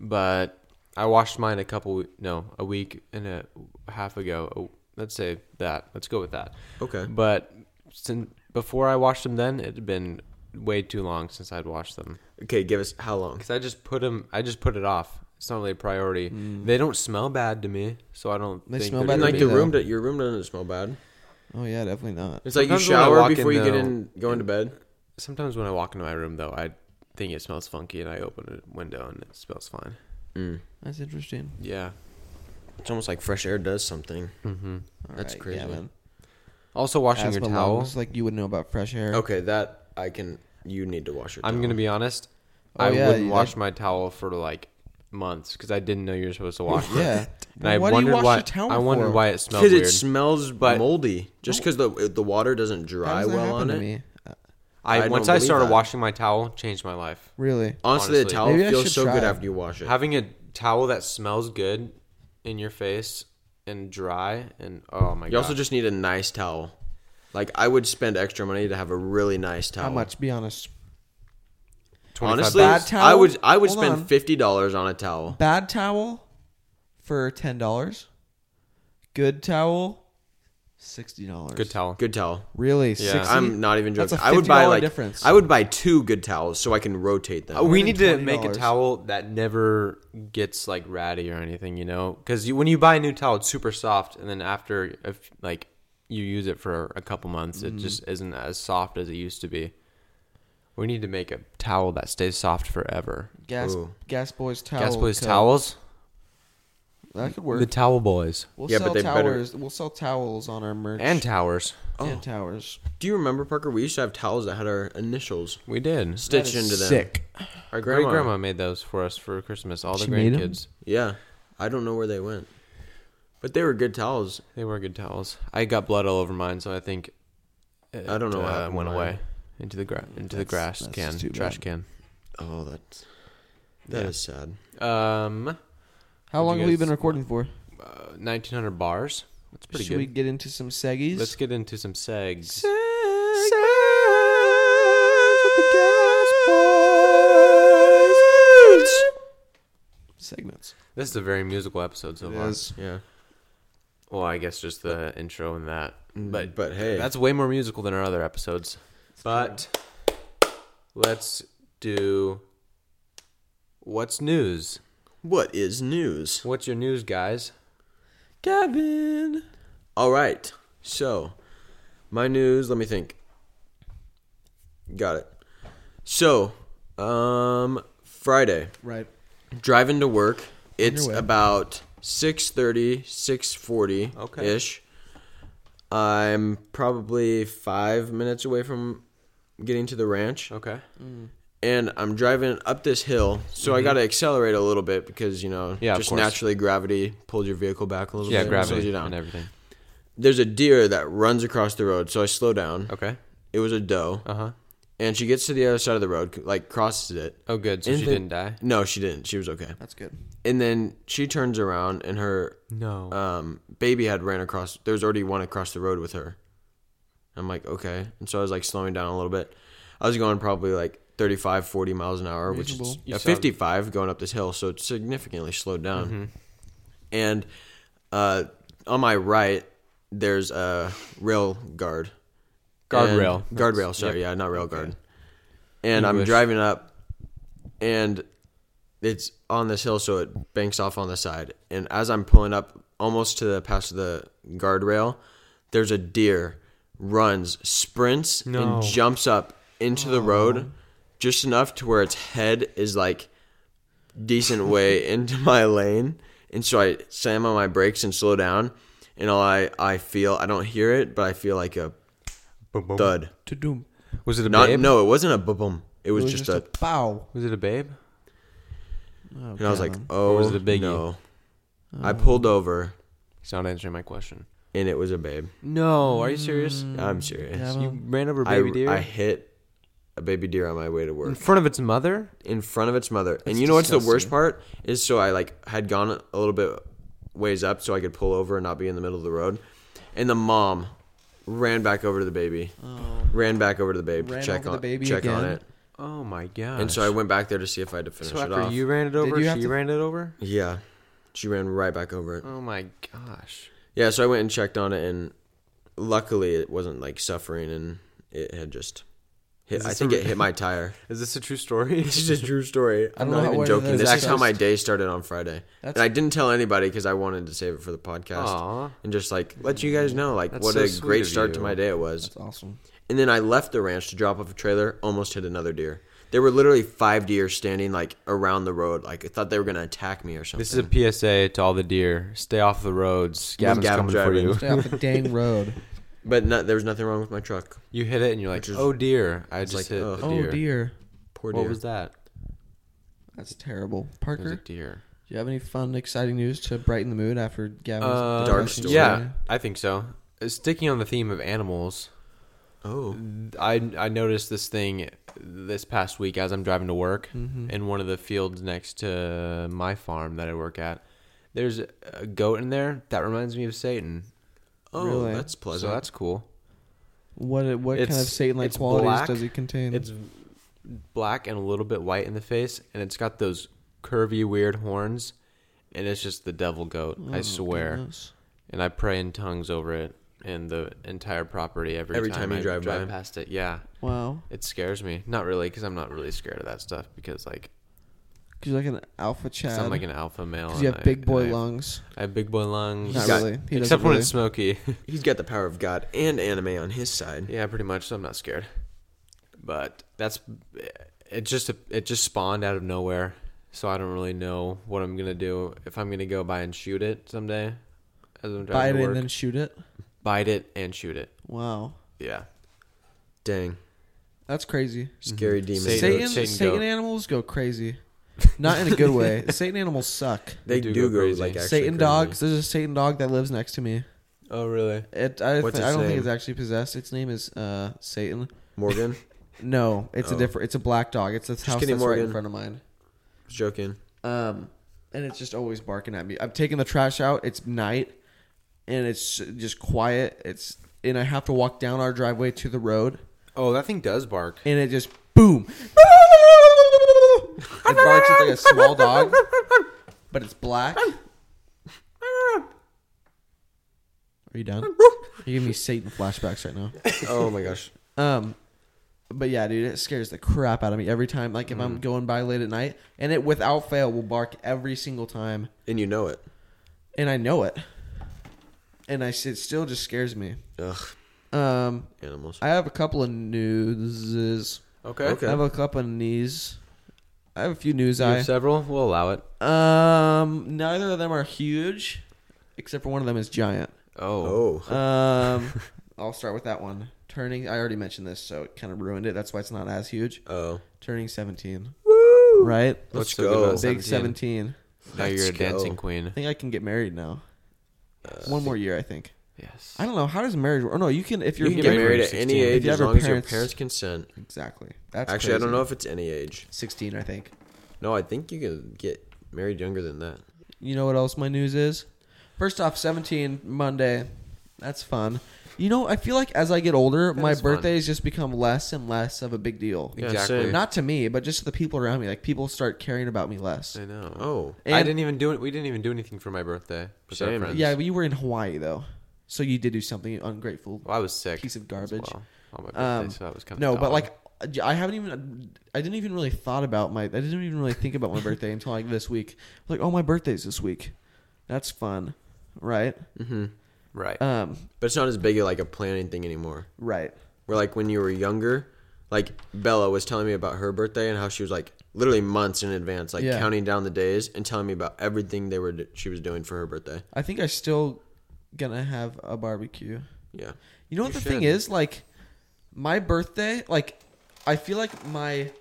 B: but I washed mine a couple no a week and a half ago. Oh, Let's say that. Let's go with that.
C: Okay.
B: But since before I washed them, then it had been way too long since I'd washed them
C: Okay, give us how long?
B: because I just put them. I just put it off. It's not really a priority. They don't smell bad to me, so I don't.
A: Mm. They
B: think
A: smell
B: they're
A: bad to
B: gonna
C: Like
A: me,
B: be-
C: the
A: though.
C: room, that your room doesn't smell bad.
A: Oh yeah, definitely not.
C: It's like you
B: Sometimes when I
C: shower
B: walk in,
C: before you get
B: though,
C: in, going to bed.
B: Sometimes when I walk into my room, though, I think it smells funky, and I open a window and it smells fine.
A: That's interesting.
B: Yeah.
C: It's almost like fresh air does something.
B: Mm-hmm.
A: All
C: That's crazy.
A: Gavin.
B: Also, washing
A: Asthma
B: your towel.
A: lungs, like you would know about fresh hair.
C: Okay, that I can. You need to wash your.
B: I'm
C: towel.
B: gonna be honest.
A: Oh,
B: I
A: yeah,
B: wouldn't
A: you-
B: wash my towel for like months because I didn't know you were supposed to wash it.
A: Yeah.
B: and I
A: Why do you
B: wondered
A: wash
B: why.
A: your towel
B: I wondered
A: for?
B: why it smelled
C: because
B: weird.
C: it smells
B: But-
C: moldy. Just because the the water doesn't
A: How
C: dry
A: does that
C: well
A: happen
C: on
A: to
C: it.
A: me? Uh,
B: I,
C: I don't
B: once I
C: believe
B: started
C: that.
B: washing my towel, changed my life.
A: Really?
C: Honestly, the
B: Honestly.
C: towel
A: Maybe I
C: feels
A: should
C: so
A: try
C: good
A: it.
C: after you wash it.
B: Having a towel that smells good in your face and dry and oh my
C: you
B: god!
C: also just need a nice towel. Like I would spend extra money to have a really nice towel.
A: How much? Be honest.
B: 25
C: Honestly,
B: bucks.
A: Bad
C: I
A: towel?
C: would I would
A: Hold
C: spend
A: on.
C: fifty dollars on a towel.
A: Bad towel for ten dollars. Good towel, sixty dollars.
B: good towel.
C: Good towel.
A: Really?
B: Yeah.
A: 60?
C: I'm not even
A: That's
C: joking.
A: a
C: I would buy
A: $50
C: like
A: difference.
C: I would buy two good towels so I can rotate them.
B: Uh, we need to
A: $120.
B: make a towel that never gets like ratty or anything, you know? Because you, when you buy a new towel, it's super soft, and then after if like you use it for a couple months,
A: Mm-hmm.
B: it just isn't as soft as it used to be. We need to make a towel that stays soft forever.
A: Gas
C: Ooh.
A: Gas Boys towel.
B: Gas boys
A: Co.
B: towels,
A: That could
B: the
A: work.
B: towel boys,
A: We'll
C: Yeah, but
A: sell
C: they better-
A: towers. We'll sell towels on our merch
B: and oh. towers.
A: and towers.
C: Do you remember Parker? We used to have towels that had our initials
B: We did.
C: stitched
A: is
C: into them.
A: sick.
C: Our
B: Great
C: grandma.
B: grandma made those for us for Christmas. All the
A: She made 'em?
B: grandkids.
C: Yeah. I don't know where they went. But they were good towels.
B: They were good towels. I got blood all over mine, so I think it, uh,
C: I don't know what happened to
B: went
C: mine.
B: away into the gra- into the grass
A: that's
B: can
A: just too
B: trash
A: bad.
B: can.
C: Oh, that's that is
B: Yeah. [LAUGHS]
C: sad.
B: Um,
A: How
B: What'd
A: long
B: you
A: have we
B: guys-
A: been recording for?
B: uh, nineteen hundred bars. That's pretty
A: Should
B: good.
A: we get into some seggies?
B: Let's get into some segs.
A: Segments.
B: This is a very musical episode so
A: It
B: far.
A: is.
C: Yeah.
B: Well, I guess just the intro and that,
A: Mm.
B: but
C: But hey,
B: That's way more musical than our other episodes. But let's do what's news.
C: what is news?
B: What's your news, guys?
A: Gavin.
C: All right. So, my news, let me think. Got it. So, um Friday,
A: Right.
C: driving to work. It's
A: your way.
C: about 6:30, 6:40
B: Okay.
C: ish. I'm probably 5 minutes away from getting to the ranch,
B: Okay.
C: and I'm driving up this hill, so I got to accelerate a little bit because you know,
B: Mm-hmm. Yeah, of
C: just
B: course.
C: naturally gravity pulled your vehicle back a little
B: Yeah,
C: bit, slows
B: gravity
C: you down.
B: and everything.
C: There's a deer that runs across the road, so I slow down.
B: Okay.
C: It was a doe,
B: Uh huh.
C: and she gets to the other side of the road, like crosses it.
B: Oh, good. So
C: And
B: she
C: then-
B: didn't die.
C: No, she didn't. She was okay.
A: That's good.
C: And then she turns around, and her
B: No.
C: um, baby had ran across. There was already one across the road with her. I'm like, okay. And so I was like slowing down a little bit. I was going probably like 35, 40 miles an hour, which
A: Reasonable.
C: is
B: You
C: uh,
B: sound-
C: 55 going up this hill. So it significantly slowed down.
B: Mm-hmm.
C: And uh, on my right, there's a rail guard.
B: Guardrail.
C: And- Guardrail, sorry. Yeah, not rail guard. And I'm
B: English.
C: driving up and it's on this hill, so it banks off on the side. And as I'm pulling up almost to the past the guardrail, there's a deer runs, sprints,
B: No. Oh.
C: and jumps up into the road just enough to where its head is like decent
B: [LAUGHS]
C: way into my lane. And so I slam on my brakes and slow down. And all I, I feel, I don't hear it, but I feel like a
B: Boom, boom.
C: thud.
A: To doom.
B: Was it a
C: Not,
B: babe?
C: no, it wasn't a boom. It was, just, a,
A: bow.
B: Was it a babe?
A: Oh,
C: and I was like,
A: Kevin.
C: oh,
B: was it a biggie? Oh.
C: no. I pulled over,
B: He's not answering my question.
C: and it was a babe.
B: No. Are you serious?
C: I'm serious.
A: Yeah,
B: You ran over a
C: Mm, I,
B: baby deer
C: I hit a baby deer on my way to
B: in
C: work
B: front of its mother.
C: in front of its mother. and you know what's the worst part is so I like had gone a little bit ways up so I could pull over and not be in the middle of the road, and the mom ran back over to the baby, ran back over to the babe
A: Ran
C: to check
A: over
C: on
A: the baby
C: check on
A: again?
C: it.
B: Oh my god.
C: And so I went back there to see if I had to finish
B: So
C: it
B: after
C: off.
B: you ran it over,
A: you have
B: she
A: to-
B: ran it over.
C: yeah, she ran right back over it.
B: Oh my gosh.
C: Yeah, so I went and checked on it, and luckily it wasn't like suffering, and it had just hit.
B: Is
C: I
B: this
C: think
B: a-
C: it hit my tire.
B: Is this a true story?
C: This is a true story. I'm
A: don't
C: not
A: know
C: even
A: whether
C: joking.
A: that's
C: This is how
A: just-
C: my day started on Friday,
A: That's-
C: and I didn't tell anybody because I wanted to save it for the
B: [LAUGHS]
C: podcast
B: Aw.
C: and just like let you guys know like
B: That's
C: what
B: so
C: a
B: sweet
C: great
B: of
C: start to
B: you.
C: my day it was.
A: That's awesome.
C: And then I left the ranch to drop off a trailer, almost hit another deer. There were literally five deer standing like around the road. Like I thought they were gonna attack me or something.
B: This is a PSA to all the deer: stay off the roads. Gavin's
C: Gavin
B: coming
C: driving.
B: for
A: Stay
B: you. [LAUGHS]
A: off the dang road.
C: but no, there was nothing wrong with my truck.
B: You hit it, and you're like,
C: Which is-
B: "Oh dear, I just
C: like,
B: hit
C: ugh.
B: a
A: Oh
B: deer."
A: dear,
C: Poor deer.
B: What was that?
A: that's terrible.
B: It was a
A: Parker, do
B: deer.
A: you have any fun, exciting news to brighten the mood after Gavin's
B: Uh,
C: dark
A: depressing
C: story.
B: Yeah, I think so. Uh, Sticking on the theme of animals,
C: Oh,
B: I I noticed this thing this past week as I'm driving to work
A: Mm-hmm.
C: Mm-hmm.
B: in one of the fields next to my farm that I work at. There's a goat in there that reminds me of Satan.
C: oh,
A: Really?
C: that's
B: So
C: pleasant.
B: that's cool.
A: What what kind of
B: It's-
A: Satan-like
B: it's
A: qualities
B: black.
A: does it contain?
B: It's black and a little bit white in the face, and it's got those curvy, weird horns, and it's just the devil goat.
C: Oh,
B: I swear.
A: Oh, goodness.
B: And I pray in tongues over it and the entire property every,
C: Every time you
B: I
C: drive by?
B: past it. Yeah,
A: Wow,
B: it scares me. Not really, because I'm not really scared of that stuff. Because like,
A: 'Cause you're like an alpha
B: 'cause
A: Chad.
B: I'm like an alpha male.
A: Because you
B: and
A: have
B: I-
A: big boy
B: and I-
A: lungs.
B: I have big boy lungs.
A: Not
C: got-
A: really. He
B: Except
A: doesn't
B: when
A: really.
B: it's smoky. [LAUGHS]
C: He's got the power of God and anime on his side.
B: Yeah, pretty much. So I'm not scared. But that's it. Just it just spawned out of nowhere, so I don't really know what I'm gonna do. If I'm gonna go by and shoot it someday, as I'm driving
A: bite
B: to
A: it
B: work,
A: and then shoot it.
B: bite it and shoot it.
A: Wow,
B: Yeah,
C: Dang,
A: that's crazy.
C: scary demon.
B: Mm-hmm. Satan-
A: Satan,
B: Satan
A: Satan,
B: goat.
A: animals go crazy. Not in a good way. Satan animals suck.
C: They
B: do
C: do,
B: go
C: go
B: crazy.
C: like actually
A: Satan
C: crazy.
A: dogs. There's a Satan dog that lives next to me.
B: Oh, really?
A: It. I,
C: What's
A: thi- I
C: its
A: don't
C: name?
A: think it's actually possessed. Its name is uh, Satan.
C: Morgan,
B: [LAUGHS]
A: No, it's a
C: Oh.
A: different. It's a black dog. It's this house
C: kidding,
A: that's right
C: Morgan.
A: in front of mine.
C: Just joking.
A: Um, and it's just always barking at me. I'm taking the trash out. It's night, and it's just quiet. It's and I have to walk down our driveway to the road,
B: Oh, that thing does bark.
A: and it just boom. It barks it's like a small dog, but it's black. Are you done? You give me Satan flashbacks right now.
C: Oh my gosh.
A: Um, but yeah, dude, it scares the crap out of me every time. Like if I'm going by late at night, and it without fail will bark every single time,
C: And you know it.
A: and I know it, and I s- it still just scares me.
C: Ugh,
A: Um,
C: animals.
A: I have a couple of newses.
B: Okay.
C: Okay.
A: I have a couple of knees. I have a few news.
B: You
A: I
B: have several. We'll allow it.
A: um, neither of them are huge, except for one of them is giant.
B: Oh.
C: Oh, [LAUGHS]
A: Um, I'll start with that one. turning. I already mentioned this, so it kind of ruined it. That's why it's not as huge.
C: Oh,
A: Turning seventeen,
C: woo!
A: right?
C: Let's
B: so good
C: go.
B: about
A: Big seventeen.
B: Now you're a
C: Let's go.
B: dancing queen.
A: I think I can get married now.
C: Uh,
A: One more year, I think.
B: Yes.
A: I don't know. How does marriage work? Oh no, you can if
C: You
A: you're
C: can
B: get
C: get married
B: married
C: at
B: when
C: any
B: you're 16.
A: If
C: age
A: you
C: as
A: have your
C: long as your
A: parents-
C: parents consent.
A: exactly. That's
C: Actually, I
A: crazy.
C: don't know if it's any age.
A: Sixteen, I think.
C: No, I think you can get married younger than that.
A: You know what else my news is? First off, 17 Monday. That's fun. You know, I feel like as I get older, my
B: is fun.
A: birthdays just become less and less of a big deal.
C: Yeah,
B: exactly.
C: same.
A: Not to me, but just to the people around me. Like people start caring about me less.
B: I know.
C: Oh,
A: And-
B: I didn't even do it. We didn't even do anything for my birthday. With our
C: Same.
B: friends.
A: Yeah, but you were in Hawaii though, so you did do something ungrateful.
B: Well, I was sick.
A: Piece of
B: as
A: garbage.
B: well on my birthday,
A: Um,
B: so that was kind of
A: no, but like uh, I haven't even. I didn't even really thought about my. I didn't even really think about my birthday until like this week. Like, oh, my birthday's this week. That's fun, right?
B: right.
A: Um,
C: but it's not as big of like a planning thing anymore.
A: right.
C: Where like when you were younger, like Bella was telling me about her birthday and how she was like literally months in advance, like
A: Yeah.
C: counting down the days and telling me about everything they were d- she was doing for her birthday.
A: I think I still gonna have a barbecue.
C: Yeah,
A: You know what
B: You
A: the thing
B: should.
A: is? Like my birthday, like I feel like my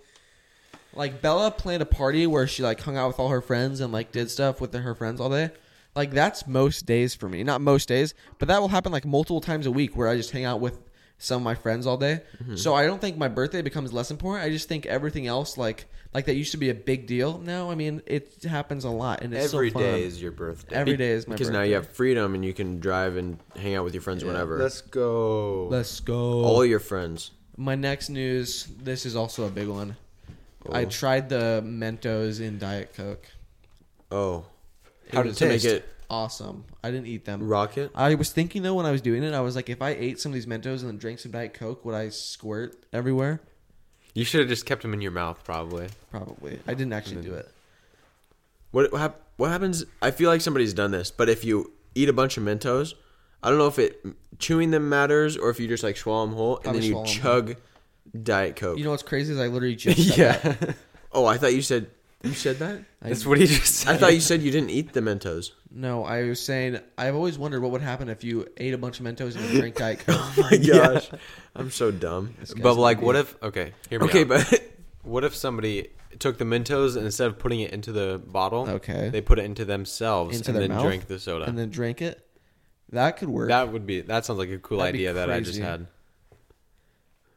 A: like Bella planned a party where she like hung out with all her friends and like did stuff with her friends all day. Like that's most days for me. Not most days, but that will happen like multiple times a week where I just hang out with some of my friends all day.
B: Mm-hmm.
A: So I don't think my birthday becomes less important. I just think everything else like like that used to be a big deal. Now, I mean, it happens a lot and it's
B: Every
A: so fun.
B: day is your birthday.
A: Every day is my
C: because
A: birthday.
C: now you have freedom and you can drive and hang out with your friends whenever.
B: Let's go.
A: Let's go.
C: All your friends.
A: My next news. This is also a big one. I tried the Mentos in Diet Coke.
C: Oh,
B: How did it
C: to
B: taste?
C: make it
A: Awesome. I didn't eat them.
C: rocket?
A: I was thinking though when I was doing it, I was like, if I ate some of these Mentos and then drank some Diet Coke, would I squirt everywhere?
B: you should have just kept them in your mouth, probably.
A: Probably. I didn't actually
B: Mm-hmm.
A: do it.
C: What what hap- what happens? I feel like somebody's done this, but if you eat a bunch of Mentos, I don't know if it chewing them matters or if you just like swallow them whole
A: Probably
C: and then you
A: swallow 'em
C: chug Diet Coke.
A: You know what's crazy is
B: [LAUGHS]
A: I literally just said that.
B: yeah,
C: oh, I thought you said you said that.
B: that's what he just
C: I
B: said.
C: thought you said you didn't eat the Mentos.
A: No, I was saying I've always wondered what would happen if you ate a bunch of Mentos and then drank Diet
B: [LAUGHS]
A: Coke.
C: My gosh, I'm so dumb.
A: This guy's
B: But like,
A: an
B: what
A: idiot.
B: if? Okay, hear me
C: Okay,
B: out.
C: but [LAUGHS]
B: what if somebody took the Mentos and instead of putting it into the bottle,
A: Okay.
B: they put it into themselves
A: into
B: and
A: their
B: then
A: mouth
B: drank the soda.
A: and then drank it? That could work.
B: that would be. That sounds like a cool
A: That'd be
B: idea that I just
A: crazy.
B: had.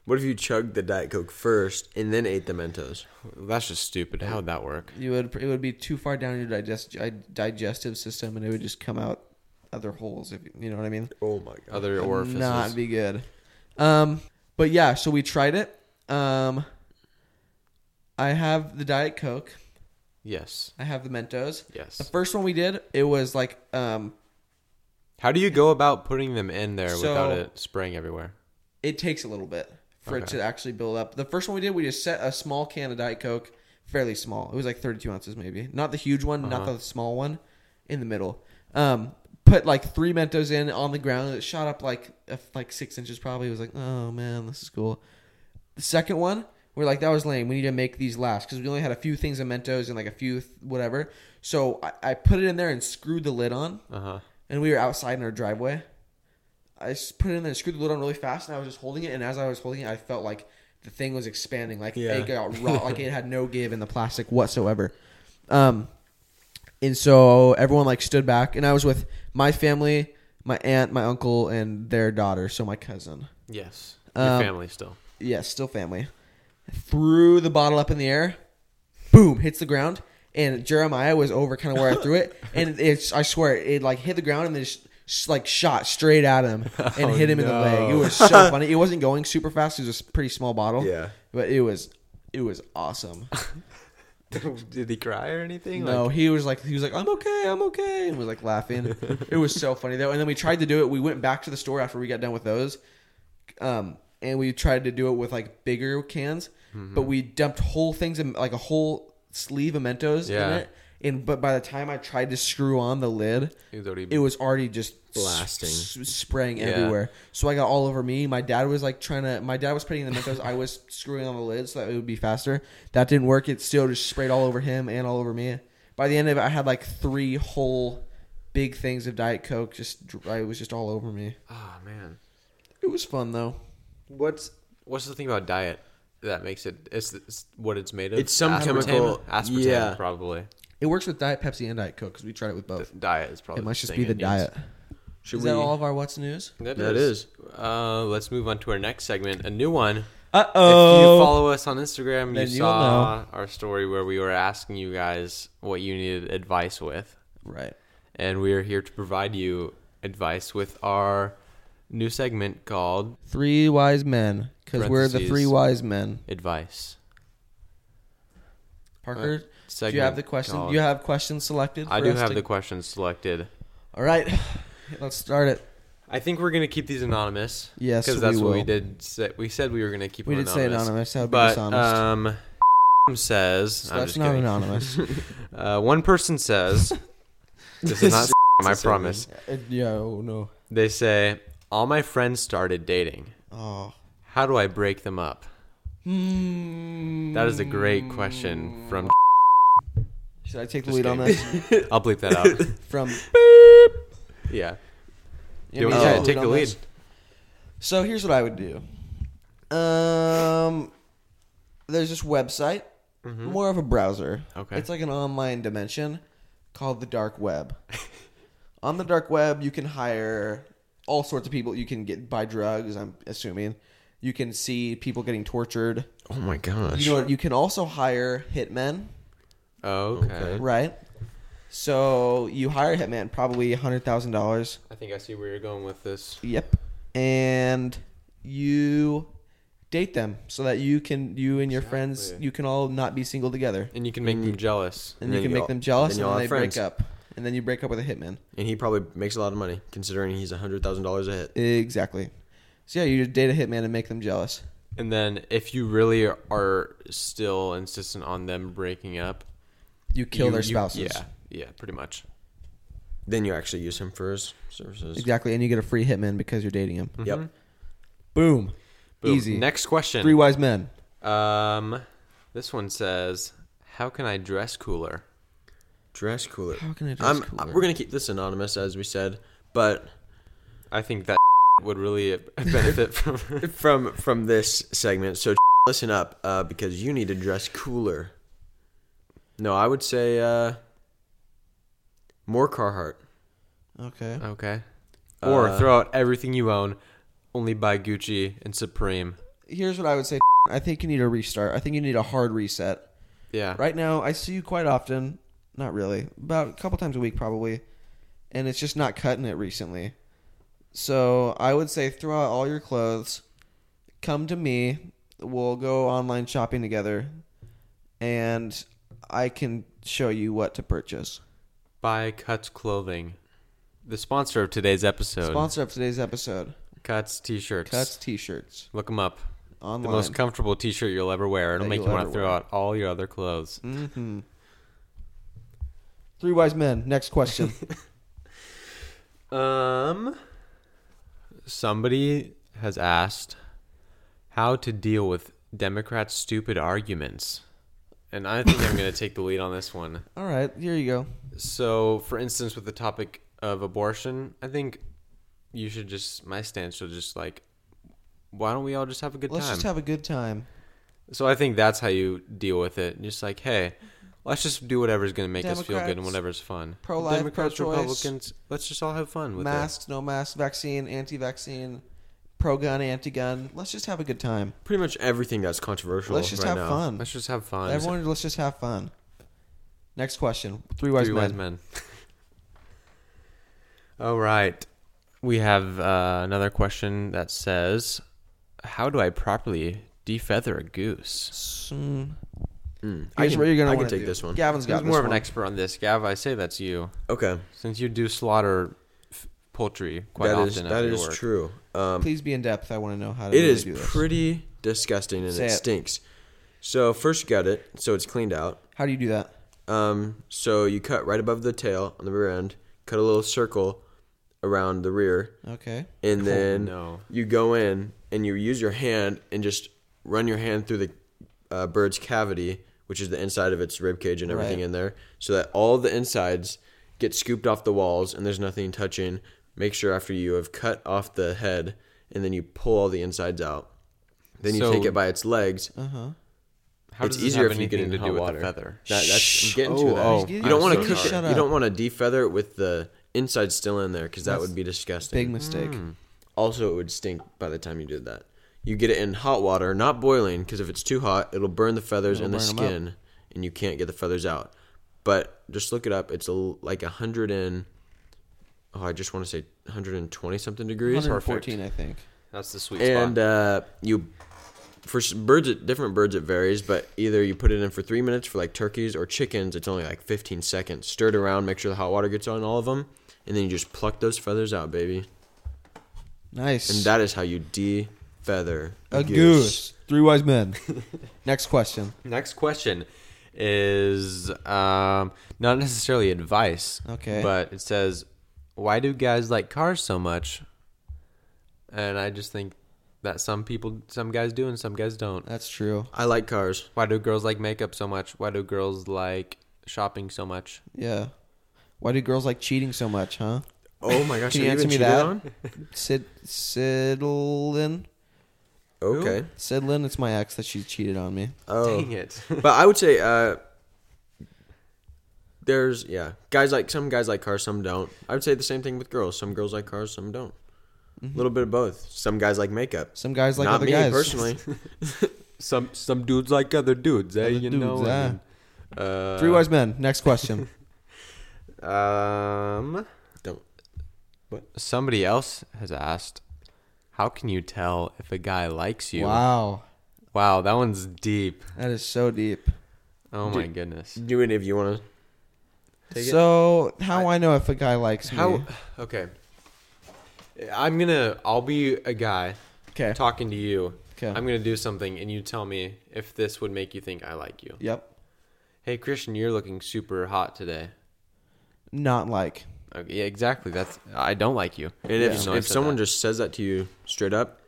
C: what if you chugged the Diet Coke first and then ate the Mentos?
B: That's just stupid. How would that work?
A: you would it would be too far down your digest i- digestive system and it would just come out other holes if you- you know what i mean
C: Oh my god.
B: Other orifices.
A: not be good um but yeah so we tried it um i have the diet coke
B: yes.
A: i have the mentos the
B: Yes.
A: first one we did it was like um
B: How do you go about putting them in there
A: So-
B: without it spraying everywhere?
A: it takes a little bit for it
B: Okay.
A: to actually build up the first one we did we just set a small can of diet coke fairly small it was like 32 ounces maybe not the huge one not the small one in the middle um put like three mentos in on the ground it shot up like uh, like six inches probably it was like oh man this is cool the second one we're like that was lame we need to make these last because we only had a few things of mentos and like a few th- whatever so I, I put it in there and screwed the lid on
B: Uh huh.
A: and we were outside in our driveway. I just put it in there, screwed the lid on really fast, and I was just holding it. And as I was holding it, I felt like the thing was expanding, like
C: Yeah.
A: it got raw, like it had no give in the plastic whatsoever. Um, and so everyone like stood back, and I was with my family, my aunt, my uncle, and their daughter, so my cousin.
B: Yes.
A: Um,
B: Your family still.
A: Yeah, still family. Threw the bottle up in the air, boom, hits the ground, and Jeremiah was over kind of where I threw it, and it's I swear it like hit the ground and then just s- like shot straight at him and hit him in the leg. It was so funny. It wasn't going super fast. It was a s- pretty small bottle.
C: Yeah.
A: but it was it was awesome.
B: [LAUGHS] Did he cry or anything?
A: No, he was like he was like I'm okay, I'm okay, and was
B: [LAUGHS]
A: like laughing. it was so funny though. And then we tried to do it. We went back to the store after we got done with those, um, and we tried to do it with like bigger cans,
B: Mm-hmm.
A: but we dumped whole things in like a whole sleeve of Mentos
B: Yeah.
A: in it. And but by the time I tried to screw on the lid,
B: It was already-
A: it was already just s-
C: Blasting.
A: s- spraying
B: Yeah.
A: everywhere. So I got all over me. My dad was like trying to. My dad was putting in the Mentos. I was screwing on the lid so that it would be faster. That didn't work. It still just sprayed all over him and all over me. By the end of it, I had like three whole big things of Diet Coke. Just dr- it was just all over me.
B: Oh Ah, man.
A: It was fun though.
B: What's what's the thing about diet that makes it? It's, it's what it's made of.
C: It's some chemical-
B: Aspartame,
C: yeah.
B: probably.
A: It works with Diet Pepsi and Diet Coke because we tried it with both.
B: Diet is probably.
A: It must just
B: thing
A: be the
B: it needs.
A: diet.
C: Should
A: is
C: we?
A: that all of our what's news?
C: That
B: Uh, let's move on to our next segment, a new one.
A: Uh
B: If you
A: oh.
B: follow us on Instagram, you
A: Then you'll
B: saw our story where we were asking you guys what you needed advice with,
A: Right.
B: and we are here to provide you advice with our new segment called
A: Three wise men because we're the
B: Parentheses.
A: three wise men.
B: Advice.
A: Parker,
B: Uh,
A: do you
B: segment
A: have the question?
B: called-
A: Do you have questions selected?
B: I
A: for
B: do
A: us
B: have
A: to-
B: the question selected.
A: All right, [LAUGHS] let's start it.
B: I think we're gonna keep these anonymous.
A: Yes,
B: because that's
A: we
B: what we
A: will.
B: did. Say, we said we were gonna keep.
A: We
B: them
A: did say anonymous. That would be
B: but
A: dishonest.
B: um, [LAUGHS] says
A: So
B: I'm
A: that's
B: just
A: not
B: kidding. [LAUGHS]
A: anonymous.
B: Uh, one person
A: [LAUGHS]
B: says, "This is [LAUGHS] not." I promise.
A: Uh, yeah. Oh no.
B: They say all my friends started dating.
A: Oh.
B: How do I break them up? That is a great question from.
A: Hmm. Mm. Should I take the
B: Just
A: lead on that?
B: [LAUGHS] I'll bleep that out.
A: [LAUGHS]
B: [LAUGHS]
A: From
B: yeah.
A: Yeah,
B: you
A: me
B: want
A: too.
B: to take the
A: on
B: lead?
A: this. So here's what I would do. Um, there's this website, more of a browser.
B: Okay.
A: It's like an online dimension called the dark web. On the dark web, you can hire all sorts of people. You can get buy drugs. I'm assuming. You can see people getting tortured.
C: Oh my gosh.
A: You know, what? you can also hire hitmen,
B: Okay.
A: right? So you hire a hitman, probably hundred thousand dollars.
B: I think I see where you're going with this.
A: Yep. And you date them so that you can you and your friends
B: Exactly.
A: you can all not be single together.
B: And you can make them jealous.
A: And,
C: And
A: you
C: then
A: can
C: y'all-
A: make them jealous
C: then
A: and then
C: y'all
A: they
C: have
A: break
C: friends.
A: up. And then you break up with a hitman.
C: and he probably makes a lot of money considering he's a hundred thousand dollars a hit.
A: Exactly. So yeah, you just date a hitman and make them jealous.
B: And then if you really are still insistent on them breaking up,
A: You kill
B: you-
A: their
B: you-
A: spouses.
B: yeah, yeah, pretty much.
C: Then you actually use him for his services.
A: Exactly. And you get a free hitman because you're dating him.
B: Mm-hmm.
C: Yep.
A: Boom.
B: Boom.
A: Easy.
B: Next question.
A: Three wise men.
B: um, this one says, "How can I dress cooler?"
C: Dress cooler. [LAUGHS]
A: How can I dress
C: I'm,
A: cooler?
C: We're gonna keep this anonymous as we said, but
B: I think that [LAUGHS] would really benefit from.
C: [LAUGHS] from from this segment. So [LAUGHS] listen up, uh, because you need to dress cooler. No, I would say uh, more Carhartt.
A: Okay.
B: okay. Or
C: Uh,
B: throw out everything you own, only buy Gucci and Supreme.
A: Here's what I would say. I think you need a restart. I think you need a hard reset.
B: Yeah.
A: Right now, I see you quite often. Not really. About a couple times a week, probably. And it's just not cutting it recently. So I would say throw out all your clothes. Come to me. We'll go online shopping together. And I can show you what to purchase.
B: Buy Cuts Clothing, the sponsor of today's episode.
A: Sponsor of today's episode
B: Cuts T-shirts.
A: Cuts t shirts.
B: Look them up.
A: Online.
B: The most comfortable T-shirt you'll ever wear. It'll
A: That
B: make
A: you'll
B: you want
A: ever
B: to throw
A: wear.
B: out all your other clothes.
A: Mhm. Three wise men. Next
B: [LAUGHS]
A: question.
B: Um, somebody has asked how to deal with Democrats' stupid arguments, and I think I'm going to take the lead on this one.
A: all right. Here you go.
B: So, for instance, with the topic of abortion, I think you should just my stance should just like, why don't we all just have a good
A: Let's
B: time?
A: just have a good time.
B: so I think that's how you deal with it. Just like, hey, let's just do whatever's going to make us feel good and
A: Democrats,
B: whatever's fun.
A: pro-life,
B: Democrats,
A: pro-choice,
B: Republicans, let's just all have fun with it.
A: masks, no mask, vaccine, anti-vaccine, pro-gun, anti-gun. Let's just have a good time.
C: Pretty much everything that's controversial.
A: Let's just
C: right
A: have
C: now.
A: fun.
B: Let's just have fun.
A: Everyone, let's just have fun. Next question. Three wise
B: Three
A: men.
B: wise men. All right. We have uh, another question that says, "How do I properly defeather a goose?"
A: Mm.
C: Mm.
A: Here's what you're gonna
C: I
A: wanna
C: can take
A: do.
C: this one.
A: Gavin's
B: Who's
A: got this
B: more of an
A: one.
B: expert on this, Gav? I say that's you,
C: Okay.
B: since you do slaughter f- poultry quite
C: That
B: often.
C: is
B: at
C: that
B: your
C: is
B: work.
C: true. Um,
A: Please be in depth. I want to know how to
C: It
A: really
C: is
A: do this.
C: pretty disgusting and
A: Say
C: it
A: it.
C: stinks. So first you gut it, so it's cleaned out.
A: How do you do that?
C: Um, so you cut right above the tail on the rear end, cut a little circle around the rear,
A: Okay.
C: and then
B: Oh, no.
C: you go in and you use your hand and just run your hand through the uh, bird's cavity, which is the inside of its rib cage and everything
A: Right.
C: in there, so that all the insides get scooped off the walls and there's nothing touching. Make sure after you have cut off the head and then you pull all the insides out. Then you
B: So-
C: take it by its legs.
A: Uh huh.
B: How
C: It's
B: does this
C: easier
B: have
C: if you get
B: anything
C: in
B: to
C: hot
B: do with
C: water.
B: the feather?
C: That, that's I'm
B: Shh.
C: getting
B: Oh,
C: to that.
B: oh,
C: you
A: I'm
C: don't want
A: so
C: to cook
A: sorry.
C: it. You don't want to defeather it with the inside still in there because that would be disgusting.
A: Big mistake.
C: Also, it would stink by the time you did that. You get it in hot water, not boiling, because if it's too hot, it'll burn the feathers and the
A: burn 'em up.
C: skin, and you can't get the feathers out. But just look it up. It's a, l- like a hundred and oh, I just want to say hundred and twenty something degrees.
A: 114, I think.
B: That's the sweet
C: And
B: spot.
C: uh, you, for s- birds, it, different birds it varies, but either you put it in for three minutes for like turkeys or chickens, it's only like 15 seconds. Stir it around, make sure the hot water gets on all of them, and then you just pluck those feathers out, baby.
A: Nice.
C: And that is how you de-feather
A: a goose. Three wise
C: [LAUGHS]
A: men. Next question.
B: Next question is um, not necessarily advice.
A: Okay.
B: But it says, why do guys like cars so much? And I just think that some people, some guys do and some guys don't.
A: That's true.
C: I like cars.
B: Why do girls like makeup so much? Why do girls like shopping so much?
A: Yeah. Why do girls like cheating so much, huh? [LAUGHS]
C: Oh my gosh,
A: Can you
C: are
A: answer
C: even
A: me
C: cheated
A: that?
C: on?
A: Sid Sidlin.
C: Okay.
A: Sidlin, it's my ex that she cheated on me.
C: Oh.
B: Dang it. [LAUGHS]
C: but I would say uh, there's yeah guys like some guys like cars, some don't. I would say the same thing with girls. Some girls like cars, some don't. A little bit of both. Some guys like makeup.
A: Mm-hmm. Some guys like
C: Not
A: other
C: me
A: guys. [LAUGHS]
C: personally. [LAUGHS]
B: some some dudes like other dudes, eh?
A: Other
B: you
A: dudes,
B: know. I
A: eh?
B: mean, uh,
A: Three wise men. Next
C: [LAUGHS]
A: question.
B: Um,
C: Don't.
B: Somebody else has asked, "How can you tell if a guy likes you?"
A: wow.
B: Wow, that one's deep.
A: That is so deep.
B: Oh my goodness.
C: Do any of you want Take it.
A: so, how I, know if a guy likes me?
B: How? Okay. I'm gonna. I'll be a guy
A: Okay.
B: talking to you.
A: 'Kay.
B: I'm gonna do something, and you tell me if this would make you think I like you.
A: Yep.
B: Hey, Christian, you're looking super hot today.
A: Not like.
B: Okay, yeah, exactly. That's. I don't like you.
C: to? And
B: Even
C: if
B: though I
C: if
B: said
C: someone
B: that.
C: just says that to you straight up,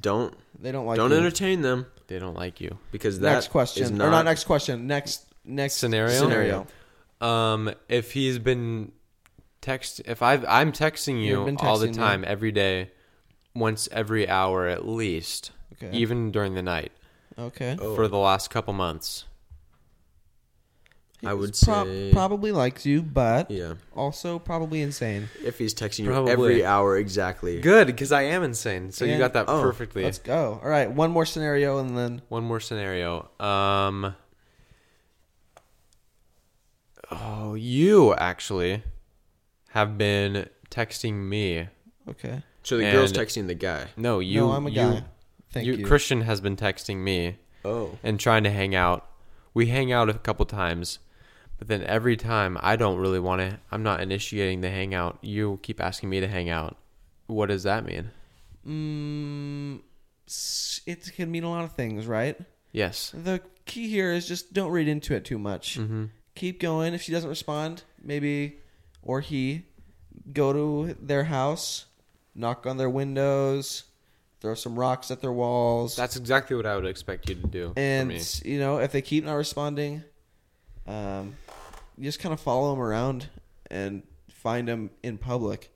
C: don't
A: They don't like
C: don't
A: you.
C: entertain them
B: they don't like you.
C: because that
A: next question
C: is
A: or not next question next next
B: Scenario?
A: scenario
B: Um, if he's been text, if I've I'm texting you
A: You've been
B: all the
A: texting,
B: time, every day, once every hour at least,
A: Okay.
B: even during the night
A: okay
C: Oh.
B: for the last couple months.
C: I would
A: Prob-
C: say
A: probably likes you but
C: yeah.
A: also probably insane
C: If he's texting you
B: Probably.
C: every hour exactly,
B: Good, because I am insane. So you
A: And-
B: got that
C: oh,
B: perfectly.
A: let's go all right one more scenario and then
B: One more scenario. Um. Oh, you actually have been texting me.
A: okay
C: so the girl's
B: And-
C: texting the guy.
B: No, you.
A: no i'm a
B: you-
A: guy thank
B: you,
A: you,
B: Christian has been texting me
C: Oh,
B: and trying to hang out. We hang out a couple times, but then every time I don't really want to. I'm not initiating the hangout. You keep asking me to hang out. What does that mean?
A: mm, s- it can mean a lot of things right
B: Yes.
A: the key here is just don't read into it too much
B: Mm-hmm.
A: keep going if she doesn't respond maybe or he go to their house knock on their windows throw some rocks at their walls
B: That's exactly what I would expect you to do.
A: and you know if they keep not responding um you just kind of follow them around and find them in public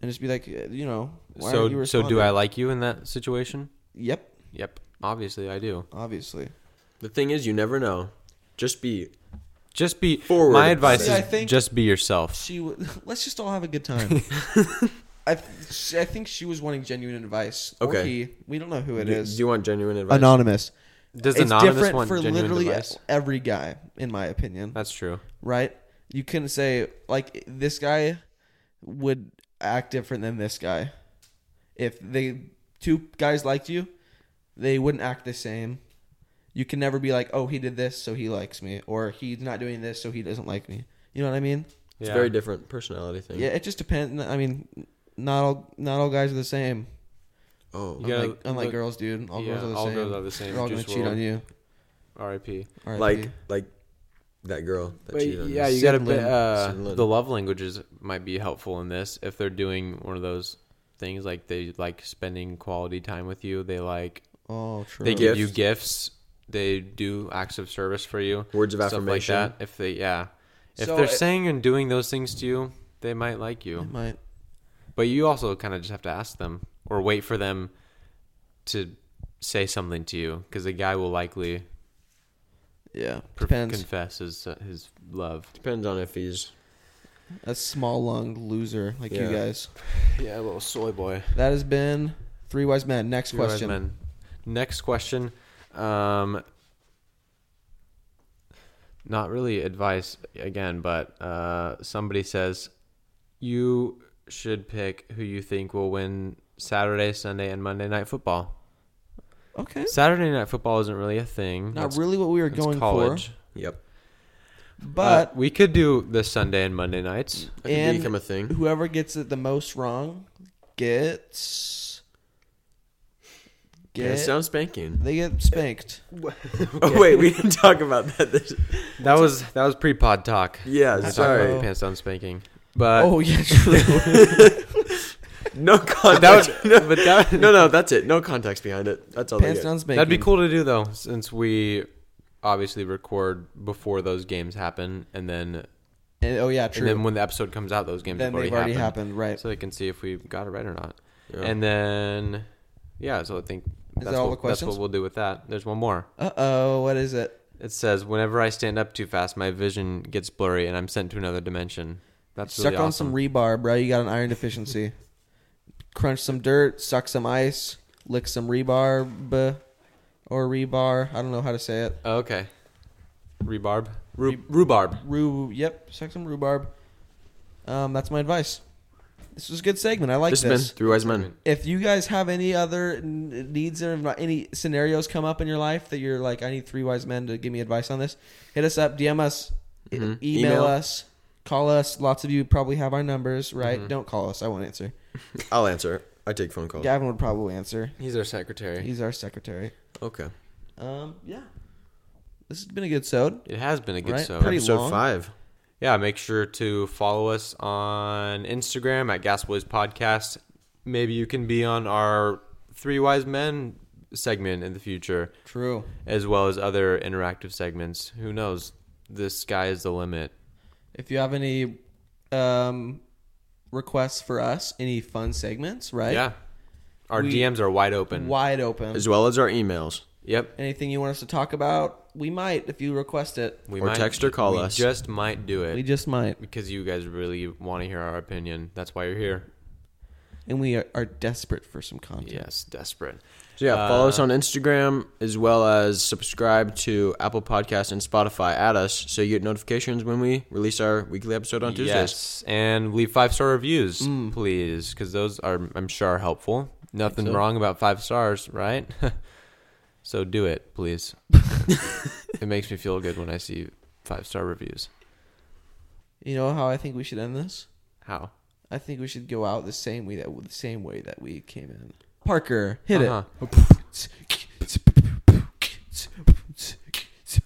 A: and just be like uh, you know why aren't
B: so
A: you
B: so do I
A: responding?
B: like you in that situation?
A: yep
B: Yep. Obviously I do.
A: obviously
C: the thing is, you never know. Just be
B: Just be
C: Forward.
B: My advice
A: See,
B: is
A: I think-
B: just be yourself.
A: she w- [LAUGHS] let's just all have a good [LAUGHS] time I, th- she- I think she was wanting genuine advice or
C: Okay.
A: he. we don't know who it
C: do,
A: is
C: do you want genuine advice?
A: anonymous
B: Does
A: it's
B: anonymous
A: different
B: want
A: for
B: genuine
A: literally
B: advice? Uh,
A: every guy in my opinion
B: That's true.
A: right? You can say like this guy would act different than this guy. If they two guys liked you, they wouldn't act the same. You can never be like, "Oh, he did this, so he likes me," or "He's not doing this, so he doesn't like me." You know what I mean?
C: It's
B: Yeah.
C: a very different personality thing.
A: Yeah, it just depends. I mean, not all not all guys are the same.
C: Oh,
B: You gotta
A: unlike unlike
B: look-
A: girls, dude, all
B: yeah,
A: girls are the
B: all
A: same.
B: girls are the same.
A: They're all gonna
B: Juice
A: cheat
B: WRLD.
A: on you.
B: R.I.P.
A: RIP.
C: like like that girl. That
B: But
C: cheated on
B: yeah,
C: us.
B: you got
A: Sibling.
B: to. Uh,
C: Sibling.
B: the love languages might be helpful in this if they're doing one of those things like they like spending quality time with you. They like
A: oh, true.
B: they give you
C: Gifts.
B: gifts. They do acts of service for you.
C: Words of
B: stuff
C: affirmation.
B: Like that. If they yeah, if
A: So
B: they're
A: it-
B: saying and doing those things to you, they might like you.
A: might.
B: But you also kind of just have to ask them or wait for them to say something to you because the guy will likely
A: Yeah,
B: per-
A: depends.
B: confess his uh, his love.
C: Depends on if he's
A: A small lunged loser like you
C: Yeah.
A: guys.
B: Yeah, a little soy boy.
A: That has been three wise men. Next question.
B: Question. Next question. Um, not really advice again, but uh, somebody says you should pick who you think will win Saturday, Sunday, and Monday night football.
A: Okay.
B: Saturday night football isn't really a thing.
A: Not really what we were
B: it's
A: going
B: college. Uh,
C: Yep.
A: for,
B: But
A: but
B: we could do the Sunday and Monday nights.
C: That could
A: And-
C: become a thing.
A: whoever gets it the most wrong gets
C: Yeah, it
A: get [LAUGHS]
C: sounds spanking.
A: they get spanked.
C: Oh wait, we didn't talk about that. This-
B: That was that was pre pod talk.
C: yeah,
B: Talk
C: sorry.
B: about pants down spanking. But
A: oh
B: [LAUGHS]
A: yeah, true.
C: No
A: Oh,
B: but that
C: context.
B: would but that
C: no, no, that's it. No context behind it. That's all. they
A: Pants
C: get.
A: down spanking.
B: that'd be cool to do though, since we obviously record before those games happen, and then
A: And- oh yeah, true.
B: and then when the episode comes out, those games
A: then
B: have already,
A: they've already
B: happened,
A: happened, right?
B: so they can see if we got it right or not.
C: Yeah.
B: And then yeah, so I think that's,
A: that all
B: what,
A: the
B: that's what
A: questions?
B: we'll do with that. There's one more.
A: Uh oh, what is it?
B: It says, "Whenever I stand up too fast, my vision gets blurry, and I'm sent to another dimension." That's
A: suck
B: really
A: on
B: awesome.
A: some rebar, bro. You got an iron deficiency. Crunch some dirt, suck some ice, lick some rebarb or rebar. I don't know how to say it.
B: Oh, okay. Rebarb. Ru- rhubarb.
A: Rue, yep, suck some rhubarb. Um, that's my advice. This was a good segment. I like
C: this
A: this.
C: has been three wise men.
A: If you guys have any other n- needs or not- any scenarios come up in your life that you're like, I need three wise men to give me advice on this, hit us up, DM us, e-
C: Mhm.
A: email,
C: Email.
A: us, call us. Lots of you probably have our numbers, right? Don't call us. I won't answer.
C: I'll answer. I take phone calls.
A: Gavin would probably answer.
B: He's our secretary.
A: He's our secretary.
C: Okay.
A: Um, yeah. This has been a good sode.
B: it has been a good
A: Right?
B: show.
A: Pretty-
C: Episode
A: long.
C: five.
B: yeah, make sure to follow us on Instagram at Gas Boys Podcast. Maybe you can be on our Three Wise Men segment in the future,
A: True.
B: as well as other interactive segments. Who knows? The sky is the limit.
A: If you have any um, requests for us, any fun segments, right?
B: Yeah. Our
A: We-
B: DMs are wide open.
A: Wide open.
C: As well as our emails.
B: yep.
A: Anything you want us to talk about, we might if you request it.
B: We
C: Or text or call
B: we
C: us.
B: just might do it.
A: We just might.
B: because you guys really want to hear our opinion. That's why you're here.
A: And we are, are desperate for some content.
B: Yes, desperate.
C: So yeah, follow
B: Uh,
C: us on Instagram as well as subscribe to Apple Podcasts and Spotify at us so you get notifications when we release our weekly episode on Tuesdays. Mm.
B: Yes, and leave five star reviews, please, because those are I'm sure are helpful. Nothing wrong about five stars, right? [LAUGHS] so do it,
C: [LAUGHS]
B: please. it makes me feel good when I see five star reviews.
A: You know how I think we should end this?
B: How?
A: I think we should go out the same way that the same way that we came in. Parker, hit
B: Uh-huh.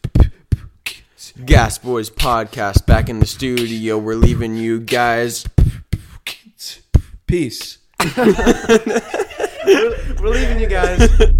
A: it.
C: Gas Boys Podcast back in the studio. We're leaving you guys.
A: Peace.
C: [LAUGHS] We're leaving you guys.